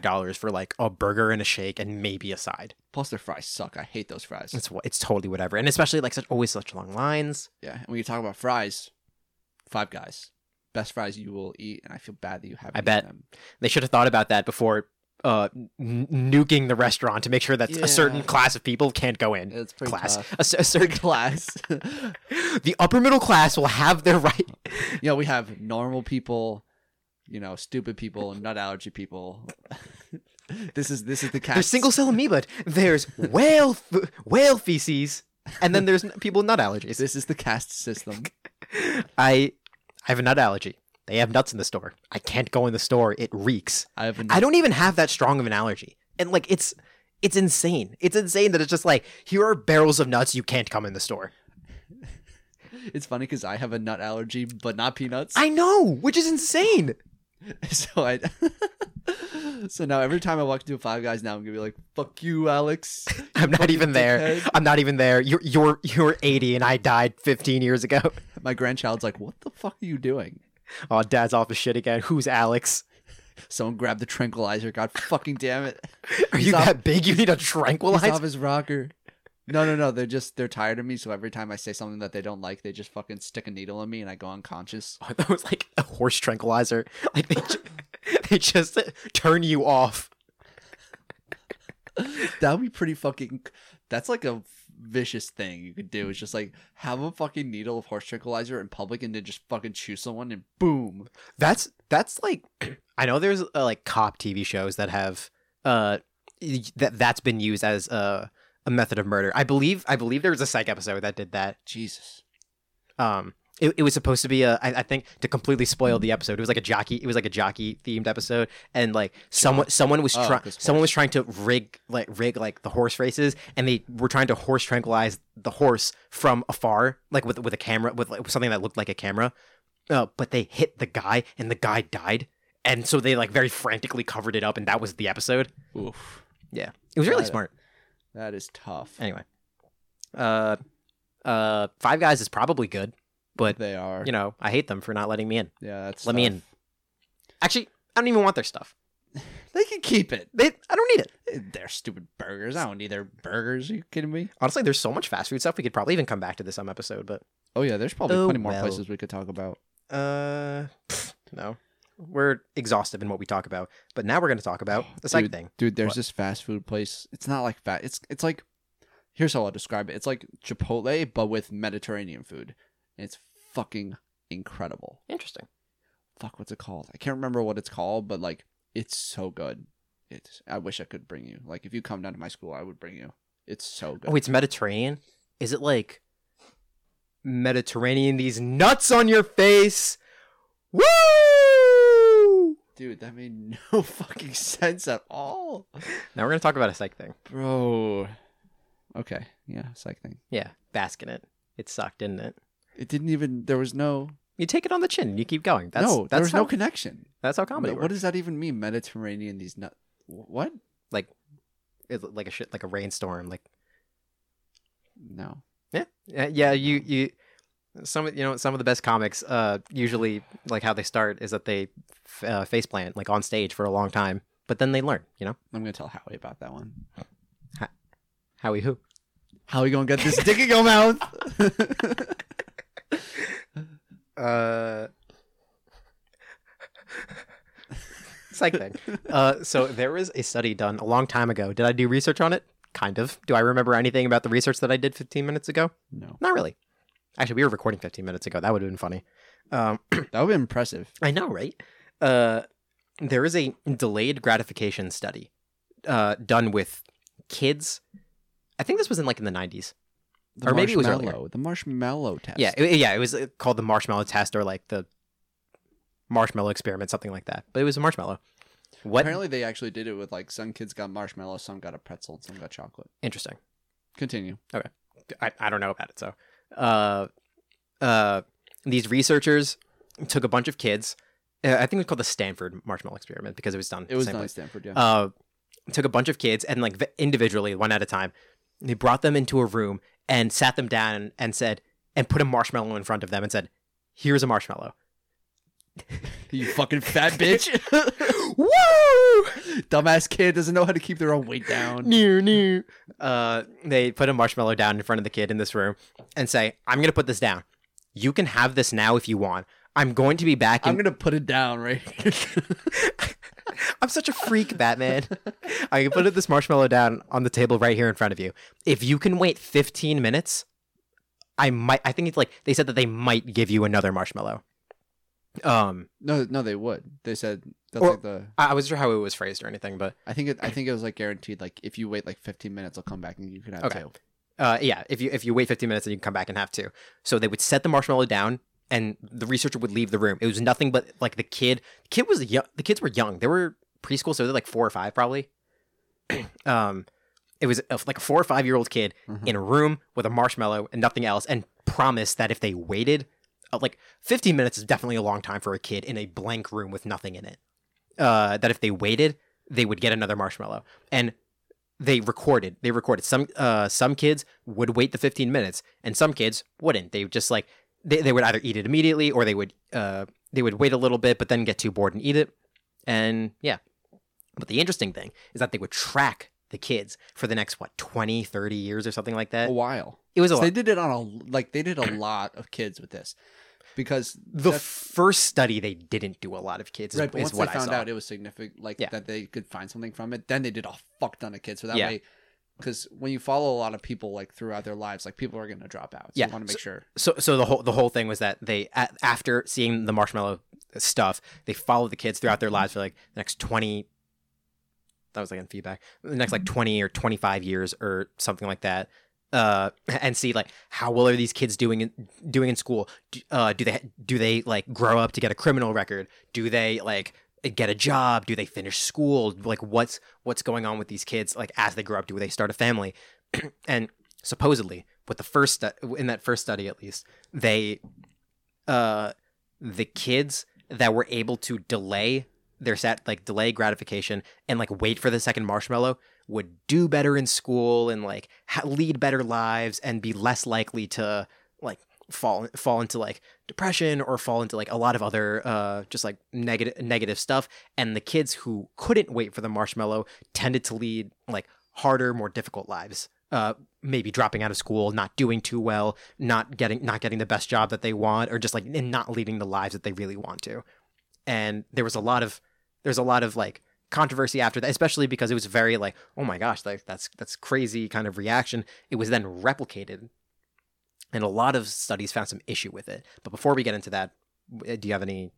B: dollars for like a burger and a shake and maybe a side.
A: plus their fries suck i hate those fries
B: It's wha- it's totally whatever, and especially like such always such long lines.
A: yeah and when you talk about fries five guys best fries you will eat and i feel bad that you haven't
B: I bet.
A: eaten them.
B: They should have thought about that before uh n- nuking the restaurant to make sure that
A: Yeah.
B: a certain class of people can't go in.
A: it's pretty
B: Class,
A: tough.
B: a, s- a certain
A: class
B: the upper middle class will have their right.
A: you know, we have normal people, you know, stupid people, nut allergy people. this is this is the cast.
B: There's single cell amoeba. There's whale f- whale feces, and then there's n- people with nut allergies.
A: This is the caste system.
B: I I have a nut allergy. They have nuts in the store. I can't go in the store. It reeks.
A: I have.
B: I don't even have that strong of an allergy. And like it's it's insane. It's insane that it's just like here are barrels of nuts you can't come in the store.
A: It's funny because I have a nut allergy, but not peanuts.
B: I know, which is insane.
A: so I. so now every time I walk into a Five Guys, now I'm gonna be like, "Fuck you, Alex."
B: I'm not even there.
A: dickhead.
B: I'm not even there. You're you're you're 80 and I died 15 years ago.
A: My grandchild's like, "What the fuck are you doing?"
B: Oh, dad's off his shit again. Who's Alex?
A: Someone grabbed the tranquilizer. God fucking damn it!
B: Are
A: He's
B: you
A: off-
B: that big? You need a
A: He's
B: tranquilizer.
A: off his rocker. No, no, no. They're just they're tired of me. So every time I say something that they don't like, they just fucking stick a needle in me, and I go unconscious.
B: Oh, that was like a horse tranquilizer. Like they ju- they just turn you off.
A: That would be pretty fucking. That's like a vicious thing you could do. Is just like have a fucking needle of horse tranquilizer in public, and then just fucking shoot someone, and boom.
B: That's that's like I know there's uh, like cop TV shows that have uh y- that that's been used as a a method of murder. I believe I believe there was a psych episode that did that.
A: Jesus.
B: Um it, it was supposed to be a I, I think to completely spoil the episode. It was like a jockey it was like a jockey themed episode and like someone someone was
A: Oh,
B: trying
A: 'cause
B: someone was trying to rig like rig like the horse races and they were trying to horse tranquilize the horse from afar like with with a camera with like, something that looked like a camera uh, but they hit the guy and the guy died and so they like very frantically covered it up and that was the episode
A: Oof.
B: yeah it was really
A: Got it.
B: smart
A: That is tough.
B: anyway uh uh five guys is probably good but
A: They are.
B: you know i hate them for not letting me in
A: yeah, that's.
B: let me
A: tough.
B: in actually i don't even want their stuff
A: They can keep it.
B: they, i don't need it
A: They're stupid burgers. I don't need their burgers. Are you kidding me?
B: honestly there's so much fast food stuff we could probably even come back to this some episode but
A: Oh yeah, there's probably
B: Oh,
A: plenty more
B: well.
A: places we could talk about.
B: Uh, pfft, no. We're exhaustive in what we talk about, but now we're going to talk about the psych thing.
A: Dude, there's
B: What?
A: this fast food place. It's not like fat. It's it's like here's how I'll describe it. It's like Chipotle but with Mediterranean food. And it's fucking incredible.
B: Interesting.
A: Fuck, what's it called? I can't remember what it's called, but like it's so good. It's I wish I could bring you. Like if you come down to my school, I would bring you. It's so good.
B: Oh, it's Mediterranean. Is it like Mediterranean? These nuts on your face. Woo!
A: Dude, that made no fucking sense at all.
B: Now we're going to talk about a psych thing.
A: Bro. Okay. Yeah, psych thing.
B: Yeah, bask in it. It sucked, didn't it?
A: It didn't even there was no
B: You take it on the chin. and You keep going. That's,
A: No, there
B: that's
A: was
B: how,
A: no connection.
B: That's how comedy
A: What
B: works.
A: does that even mean? Mediterranean? These nut? What?
B: It's like a shit, like a rainstorm. Like
A: No.
B: Yeah, yeah, yeah. You you some of- you know some of the best comics uh usually like how they start is that they f- uh, face plant like on stage for a long time, but then they learn. You know,
A: I'm gonna tell Howie about that one.
B: Howie who?
A: How you gonna get this dick in your mouth?
B: Uh. Psych thing. Uh, so there was a study done a long time ago. Did I do research on it? Kind of. Do I remember anything about the research that I did 15 minutes ago?
A: no,
B: Not really. Actually, we were recording 15 minutes ago. That would have been funny. Um,
A: that would be impressive.
B: I know, right? Uh, there is a delayed gratification study uh, done with kids. I think this was in like in the nineties.
A: The
B: Or maybe it was earlier.
A: marshmallow. the marshmallow test.
B: Yeah, it- yeah. It was uh, called the marshmallow test or like the marshmallow experiment, something like that. But it was a marshmallow. What?
A: Apparently, they actually did it with like some kids got marshmallow, some got a pretzel, and some got chocolate.
B: Interesting.
A: Continue.
B: I, I don't know about it. So, uh, uh, these researchers took a bunch of kids. Uh, I think it was called the Stanford marshmallow experiment because it was done.
A: It
B: at the
A: was
B: same
A: done
B: place.
A: at Stanford. Yeah.
B: uh, took a bunch of kids and like v- individually, one at a time, they brought them into a room and sat them down and, and said, and put a marshmallow in front of them and said, "Here's a marshmallow."
A: you fucking fat bitch.
B: Woo!
A: Dumbass kid doesn't know how to keep their own weight down.
B: New, new. Uh, they put a marshmallow down in front of the kid in this room and say, "I'm gonna put this down. You can have this now if you want. I'm going to be back in
A: I'm gonna put it down right.
B: I'm such a freak, Batman. I can put this marshmallow down on the table right here in front of you. If you can wait 15 minutes, I might. I think it's like they said that they might give you another marshmallow. Um,
A: no, no, they would. They said that's
B: Or-
A: like the
B: I, I wasn't sure how it was phrased or anything, but
A: I think it, I think it was like guaranteed. Like if you wait like 15 minutes, I'll come back and you can have
B: Okay.
A: two.
B: uh, yeah. If you if you wait 15 minutes, then you can come back and have two. So they would set the marshmallow down and the researcher would leave the room. It was nothing but like the kid. The kid was young. The kids were young. They were preschool, so they're like four or five probably. um, it was a, like a four or five year old kid
A: Mhm.
B: in a room with a marshmallow and nothing else, and promised that if they waited, uh, like fifteen minutes is definitely a long time for a kid in a blank room with nothing in it. Uh, that if they waited, they would get another marshmallow, and they recorded. They recorded. Some uh, some kids would wait the fifteen minutes, and some kids wouldn't. They would just like they, they would either eat it immediately or they would uh they would wait a little bit but then get too bored and eat it and yeah but the interesting thing is that they would track the kids for the next what 20 30 years or something like that
A: a while.
B: it was
A: Oh,
B: a
A: So
B: lot.
A: they did it on a like they did a lot of kids with this because
B: the
A: that's-
B: first study they didn't do a lot of kids is,
A: right. But once
B: is what
A: they found
B: I saw.
A: out it was significant, like
B: Yeah.
A: that they could find something from it, then they did a fuck ton of kids. So that
B: Yeah.
A: way, because when you follow a lot of people like throughout their lives, like people are going to drop out. So
B: Yeah.
A: you want to make sure.
B: so so the whole the whole thing was that they a after seeing the marshmallow stuff they followed the kids throughout their lives for like the next 20 that was like in feedback the next like 20 or 25 years or something like that uh and see like how well are these kids doing in doing in school do, uh do they do they like grow up to get a criminal record do they like get a job do they finish school like what's what's going on with these kids like as they grow up do they start a family and supposedly with the first stu- in that first study at least they uh the kids that were able to delay their sat like delay gratification and like wait for the second marshmallow would do better in school and like ha- lead better lives and be less likely to like fall fall into like depression or fall into like a lot of other uh just like negative negative stuff and the kids who couldn't wait for the marshmallow tended to lead like harder more difficult lives uh maybe dropping out of school not doing too well not getting not getting the best job that they want or just like and not leading the lives that they really want to and there was a lot of there's a lot of like controversy after that especially because it was very like oh my gosh like that's that's crazy kind of reaction it was then replicated and a lot of studies found some issue with it but before we get into that w- do you have any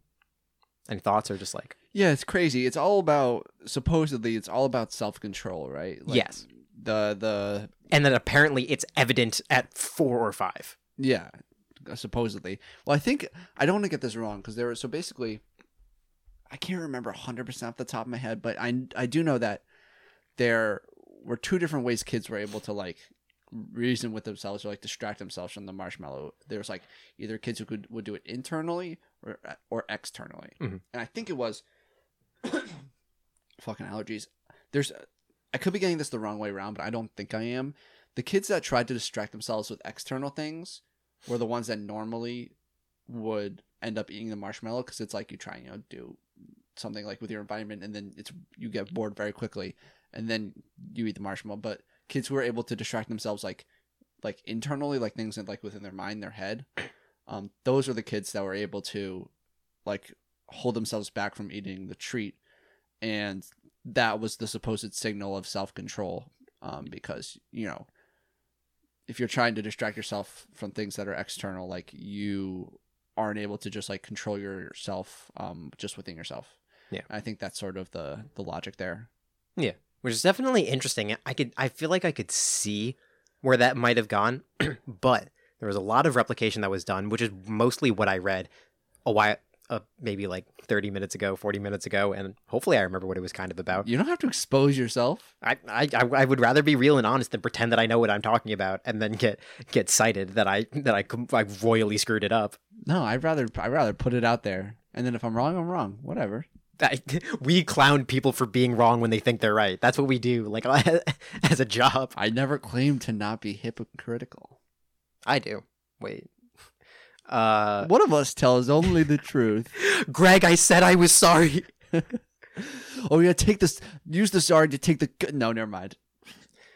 B: any thoughts or just like
A: Yeah, it's crazy. It's all about supposedly it's all about self control, right?
B: Yes.
A: The the
B: and then apparently it's evident at four or five
A: Yeah, supposedly. Well, I think I don't want to get this wrong because there was so basically, I can't remember hundred percent off the top of my head, but I I do know that there were two different ways kids were able to like reason with themselves or like distract themselves from the marshmallow. There's like either kids who could would do it internally or or externally,
B: Mhm.
A: and I think it was fucking allergies. There's I could be getting this the wrong way around, but I don't think I am. The kids that tried to distract themselves with external things were the ones that normally would end up eating the marshmallow because it's like you try you know do something like with your environment and then it's you get bored very quickly and then you eat the marshmallow but kids who are able to distract themselves like like internally like things in, like within their mind their head um those are the kids that were able to like hold themselves back from eating the treat and that was the supposed signal of self-control um because you know if you're trying to distract yourself from things that are external, like you aren't able to just like control yourself um just within yourself.
B: Yeah.
A: I think that's sort of the the logic there.
B: which is definitely interesting. I could I feel like I could see where that might have gone, but there was a lot of replication that was done, which is mostly what I read a while uh, maybe like 30 minutes ago, 40 minutes ago, and hopefully I remember what it was kind of about.
A: You don't have to expose yourself.
B: I, I, I I would rather be real and honest than pretend that I know what I'm talking about and then get get cited that I that I com- I royally screwed it up.
A: No, I'd rather I'd rather put it out there. And then if I'm wrong, I'm wrong. Whatever.
B: I, we clown people for being wrong when they think they're right. That's what we do, like as a job.
A: I never claimed to not be hypocritical.
B: I do. Wait. Uh,
A: One of us tells only the truth.
B: Greg, I said I was sorry.
A: Oh yeah, take this use the sorry to take the g- no, never mind.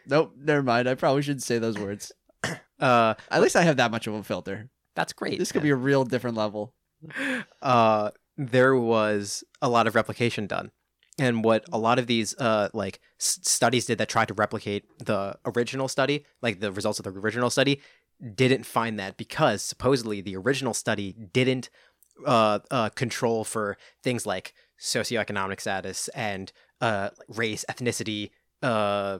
A: Nope, never mind. I probably shouldn't say those words.
B: Uh,
A: At least I have that much of a filter.
B: that's great.
A: This could be a real different level.
B: Uh, there was a lot of replication done, and what a lot of these uh like s- studies did that tried to replicate the original study, like the results of the original study, didn't find that because supposedly the original study didn't uh, uh control for things like socioeconomic status and uh race, ethnicity, uh.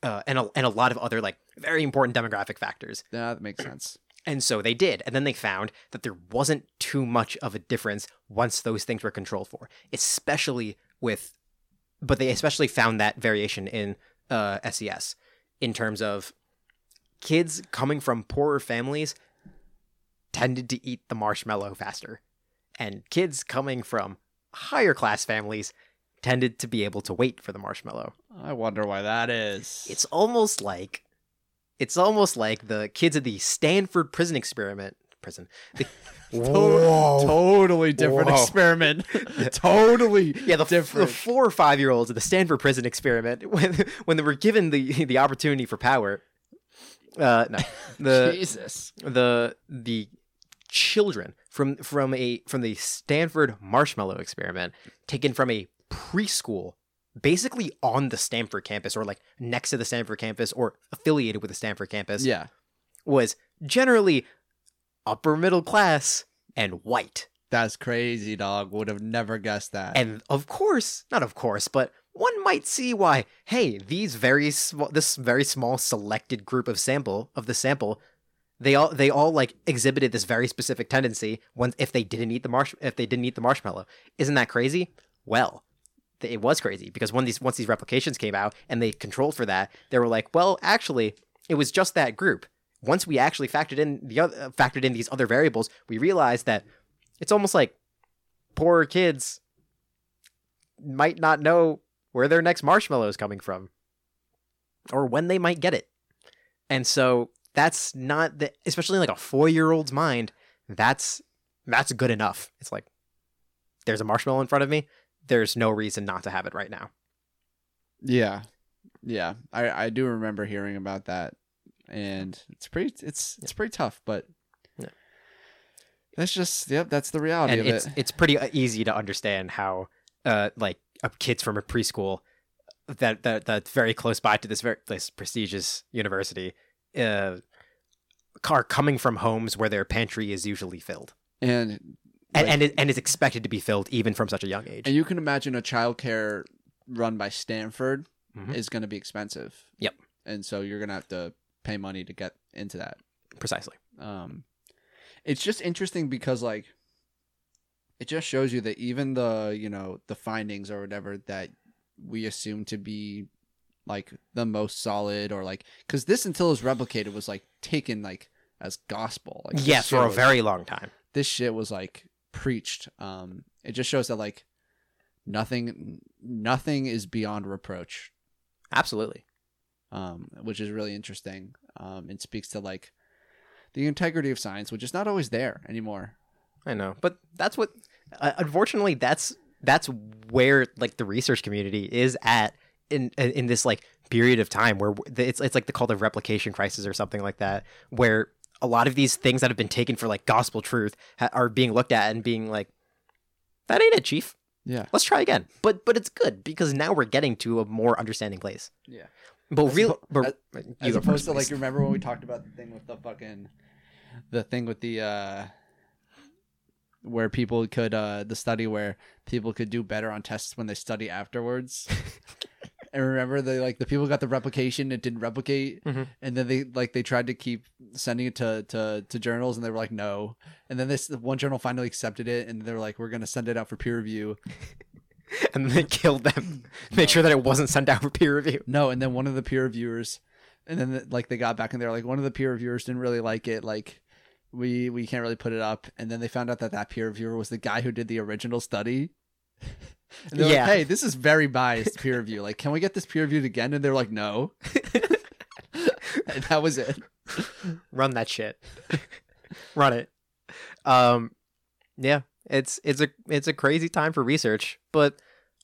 B: Uh, and, a, and a lot of other like very important demographic factors
A: Yeah, that makes sense.
B: And so they did. And then they found that there wasn't too much of a difference once those things were controlled for, especially with, but they especially found that variation in uh, SES in terms of kids coming from poorer families tended to eat the marshmallow faster, and kids coming from higher class families tended to be able to wait for the marshmallow.
A: I wonder why that is.
B: It's almost like it's almost like the kids at the Stanford prison experiment prison. The,
A: Whoa. totally different
B: Whoa.
A: experiment. totally
B: yeah, the, f- the
A: different.
B: four or five year olds at the Stanford prison experiment when when they were given the the opportunity for power. Uh, no, the
A: Jesus.
B: the the children from from a from the Stanford marshmallow experiment taken from a preschool basically on the Stanford campus or like next to the Stanford campus or affiliated with the Stanford campus
A: Yeah.
B: was generally upper middle class and white.
A: That's crazy, dog. Would have never guessed that.
B: And of course, not of course, but one might see why. Hey, these very small, this very small selected group of sample of the sample, they all they all like exhibited this very specific tendency. Once if they didn't eat the marsh, if they didn't eat the marshmallow, isn't that crazy? Well, th- it was crazy because when these once these replications came out and they controlled for that, they were like, well, actually, it was just that group. Once we actually factored in the other, uh, factored in these other variables, we realized that it's almost like poorer kids might not know where their next marshmallow is coming from or when they might get it. And so that's not the especially in like a 4-year-old's mind, that's that's good enough. It's like there's a marshmallow in front of me. There's no reason not to have it right now.
A: yeah. Yeah. I, I do remember hearing about that. And it's pretty it's it's pretty tough, but
B: Yeah.
A: that's just yep, that's the reality
B: And
A: of
B: it's
A: it.
B: it's pretty uh, easy to understand how uh like uh, kids from a preschool that that that's very close by to this very this prestigious university uh are coming from homes where their pantry is usually filled.
A: And
B: and
A: like-
B: and, it, and is expected to be filled even from such a young age.
A: And you can imagine a childcare run by Stanford
B: Mhm.
A: is going to be expensive.
B: Yep.
A: And so you're going to have to pay money to get into that.
B: Precisely.
A: Um, it's just interesting because like it just shows you that even the you know the findings or whatever that we assume to be like the most solid or like because this until it's replicated was like taken like as gospel. Like this
B: yeah, for
A: shit
B: a
A: was-
B: very long time.
A: this shit was like preached. Um, it just shows that like nothing, nothing is beyond reproach,
B: Absolutely.
A: um, which is really interesting. Um, and speaks to like the integrity of science, which is not always there anymore.
B: I know, but that's what. Uh, unfortunately, that's that's where like the research community is at in in in this like period of time where w- it's it's like the called the replication crisis or something like that, where a lot of these things that have been taken for like gospel truth ha- are being looked at and being like, that ain't it, chief.
A: Yeah,
B: Let's try again. But but it's good because now we're getting to a more understanding place.
A: Yeah.
B: But
A: As
B: real,
A: oppo-
B: but you
A: as
B: go
A: opposed
B: first,
A: to
B: please.
A: like remember when we talked about the thing with the fucking, the thing with the uh, where people could uh the study where people could do better on tests when they study afterwards. And remember, they like the people got the replication; it didn't replicate,
B: Mhm.
A: and then they like they tried to keep sending it to to to journals, and they were like, no. And then this one journal finally accepted it, and they were like, we're gonna send it out for peer review.
B: and then killed them. Make sure that it wasn't sent out for peer review.
A: No, and then one of the peer reviewers, and then like they got back and they're like, one of the peer reviewers didn't really like it, like we we can't really put it up. And then they found out that that peer reviewer was the guy who did the original study. And they're
B: Yeah.
A: like, hey, this is very biased peer review. Like, can we get this peer reviewed again? And they're like, no. and that was it.
B: Run that shit. Run it. Um, yeah, it's it's a it's a crazy time for research, but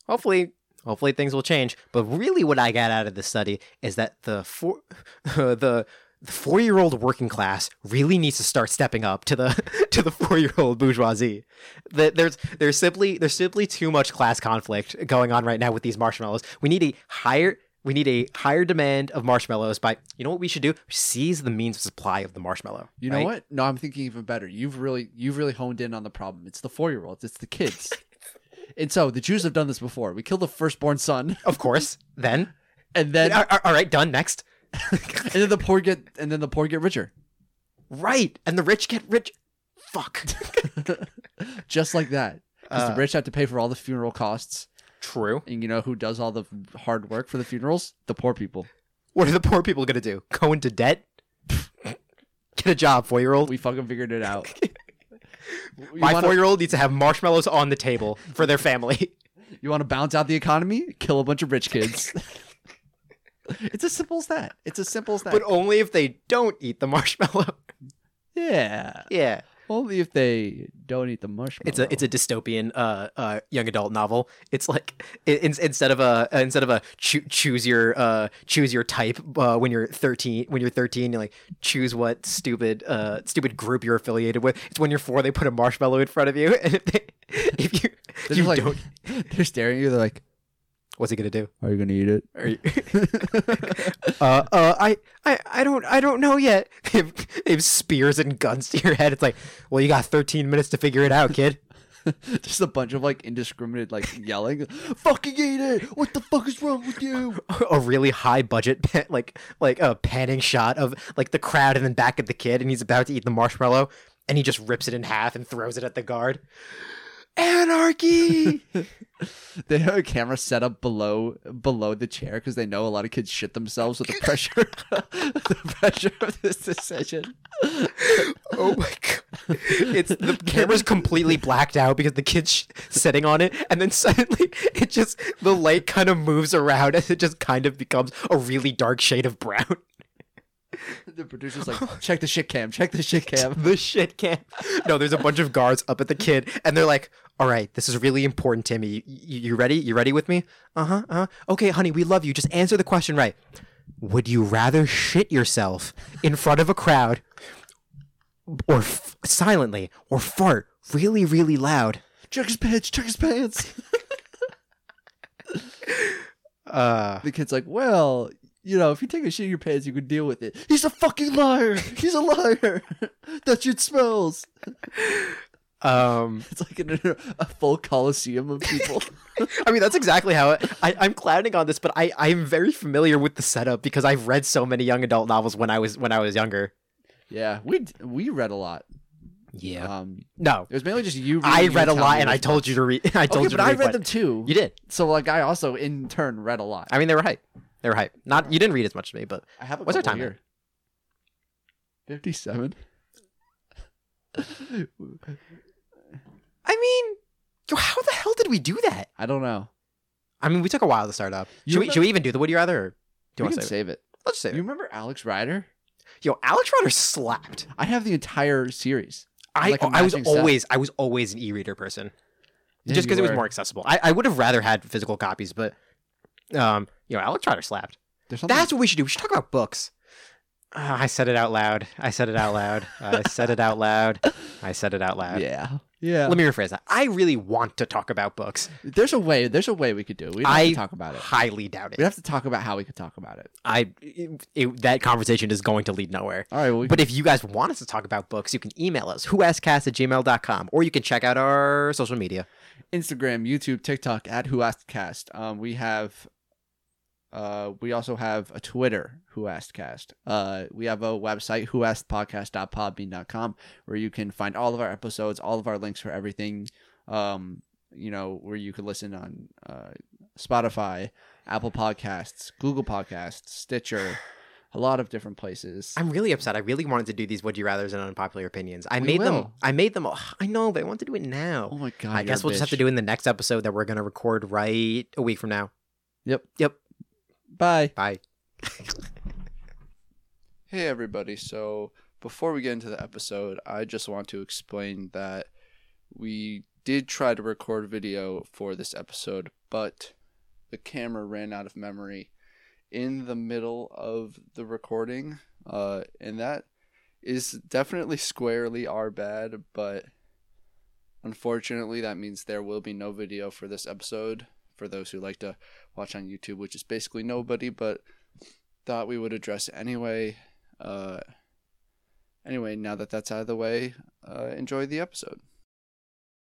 B: hopefully hopefully things will change. But really, what I got out of this study is that the four the the four year old working class really needs to start stepping up to the to the four year old bourgeoisie. That there's there's simply there's simply too much class conflict going on right now with these marshmallows. We need a higher we need a higher demand of marshmallows by you know what we should do? Seize the means of supply of the marshmallow.
A: You know what? No, I'm thinking even better. You've really you've really honed in on the problem. It's the four year olds. It's the kids. and so the Jews have done this before. We kill the firstborn son,
B: Of course. Then
A: and then
B: All- all- all right, done. Next.
A: and then the poor get and then the poor get richer.
B: Right. And the rich get rich. Fuck.
A: Just like that. 'Cause
B: Uh,
A: the rich have to pay for all the funeral costs.
B: True.
A: And you know who does all the hard work for the funerals? The poor people.
B: What are the poor people going to do? Go into debt? Get a job, four year old.
A: We fucking figured it out. You
B: My
A: wanna-
B: four year old needs to have marshmallows on the table for their family.
A: You want to balance out the economy? Kill a bunch of rich kids. it's as simple as that. It's as simple as that.
B: but only if they don't eat the marshmallow.
A: yeah.
B: yeah.
A: Only if they don't eat the marshmallow.
B: It's a it's a dystopian uh, uh, young adult novel. It's like in, in- instead of a instead of a choo- choose your uh, choose your type uh, when you're 13 when you're 13 you like choose what stupid uh, stupid group you're affiliated with. It's when you're 4 they put a marshmallow in front of you and if, they, if you
A: They're
B: you
A: just like,
B: don't
A: They're staring at you. They're like,
B: what's he going to do?
A: "Are you gonna eat it?"
B: Are you- uh, uh, I, I, I don't, I don't know yet. They have, they have spears and guns to your head. It's like, well, you got 13 minutes to figure it out, kid.
A: just a bunch of like indiscriminate like yelling. Fucking eat it! What the fuck is wrong with you?
B: a really high budget pan, like like a panning shot of like the crowd and then back at the kid and he's about to eat the marshmallow and he just rips it in half and throws it at the guard anarchy
A: They have a camera set up below below the chair because they know a lot of kids shit themselves with the pressure the pressure of this decision.
B: oh my god it's the camera's completely blacked out because the kid's sh- sitting on it and then suddenly it just the light kind of moves around and it just kind of becomes a really dark shade of brown
A: The producer's like, "Check the shit cam. Check the shit cam."
B: the shit can No, there's a bunch of guards up at the kid, and they're like, "All right, this is really important, Timmy. You, you, you ready? You ready with me? Uh huh. Uh huh. Okay, honey, we love you. Just answer the question right. Would you rather shit yourself in front of a crowd, or f- silently, or fart really, really loud?
A: Check his pants. Check his pants.
B: Uh,
A: The kid's like, "Well." You know, if you take a shit in your pants, you can deal with it. He's a fucking liar. He's a liar. that shit smells.
B: um.
A: It's like an, a full coliseum of people.
B: I mean, that's exactly how it, I, I'm clowning on this, but I I'm very familiar with the setup because I've read so many young adult novels when I was when I was younger.
A: yeah, we d- we read a lot.
B: Yeah.
A: Um,
B: No,
A: it was mainly just you.
B: I
A: reading and
B: read a
A: telling
B: lot,
A: me
B: and I
A: what-
B: told you to read. I told
A: okay,
B: you
A: but
B: to
A: I
B: read,
A: read
B: what-
A: them too.
B: You did.
A: So like I also in turn read a lot.
B: I mean, they were hype. They were hype. Not you didn't read as much as me, but
A: I have a
B: What's our
A: couple
B: time
A: here. Fifty-seven.
B: I mean, yo, how the hell did we do that?
A: I don't know.
B: I mean, we took a while to start up.
A: You
B: should, we,
A: remember-
B: should we even do the Would You Rather? Or do
A: we
B: you want
A: can
B: to
A: save,
B: save it?
A: it.
B: Let's save
A: You
B: it.
A: remember Alex Ryder?
B: Yo, Alex Rodder slapped.
A: I have the entire series.
B: I
A: Like a
B: I was
A: matching set.
B: always I was always an e-reader person,
A: Yeah,
B: just
A: you
B: because it was
A: were.
B: more accessible. I, I would have rather had physical copies, but um, you know, Alex Rodder slapped.
A: There's something-
B: That's what we should do. We should talk about books. Ah, I said it out loud. I said it out loud. I said it out loud. I said it out loud.
A: yeah, yeah.
B: Let me rephrase that. I really want to talk about books.
A: there's a way. There's a way we could do. it. We don't have
B: I
A: to talk about it.
B: Highly doubt
A: We
B: it.
A: have to talk about how we could talk about it.
B: I it, it- that conversation is going to lead nowhere.
A: All right. Well, we
B: But if you guys want us to talk about books, you can email us whoascast at gmail.com or you can check out our social media.
A: Instagram, YouTube, TikTok at Who Asked Cast. Um, we have, uh, we also have a Twitter, Who Asked Cast. Uh, we have a website, whoaskedpodcast.podbean.com, where you can find all of our episodes, all of our links for everything. Um, you know, where you can listen on uh, Spotify, Apple Podcasts, Google Podcasts, Stitcher, a lot of different places.
B: I'm really upset. I really wanted to do these would you rather's and unpopular opinions. I
A: We
B: made them
A: will.
B: I made them ugh, I know, but I want to do it now.
A: oh my god!
B: I guess we'll just have to do it in the next episode that we're gonna record right a week from now.
A: Yep.
B: Yep.
A: Bye.
B: Bye.
C: Hey, everybody. So, before we get into the episode, I just want to explain that we did try to record video for this episode, but the camera ran out of memory in the middle of the recording. Uh, and that is definitely squarely our bad, but unfortunately, that means there will be no video for this episode for those who like to watch on YouTube, which is basically nobody, but thought we would address it anyway. Uh, anyway, now that that's out of the way, uh, enjoy the episode.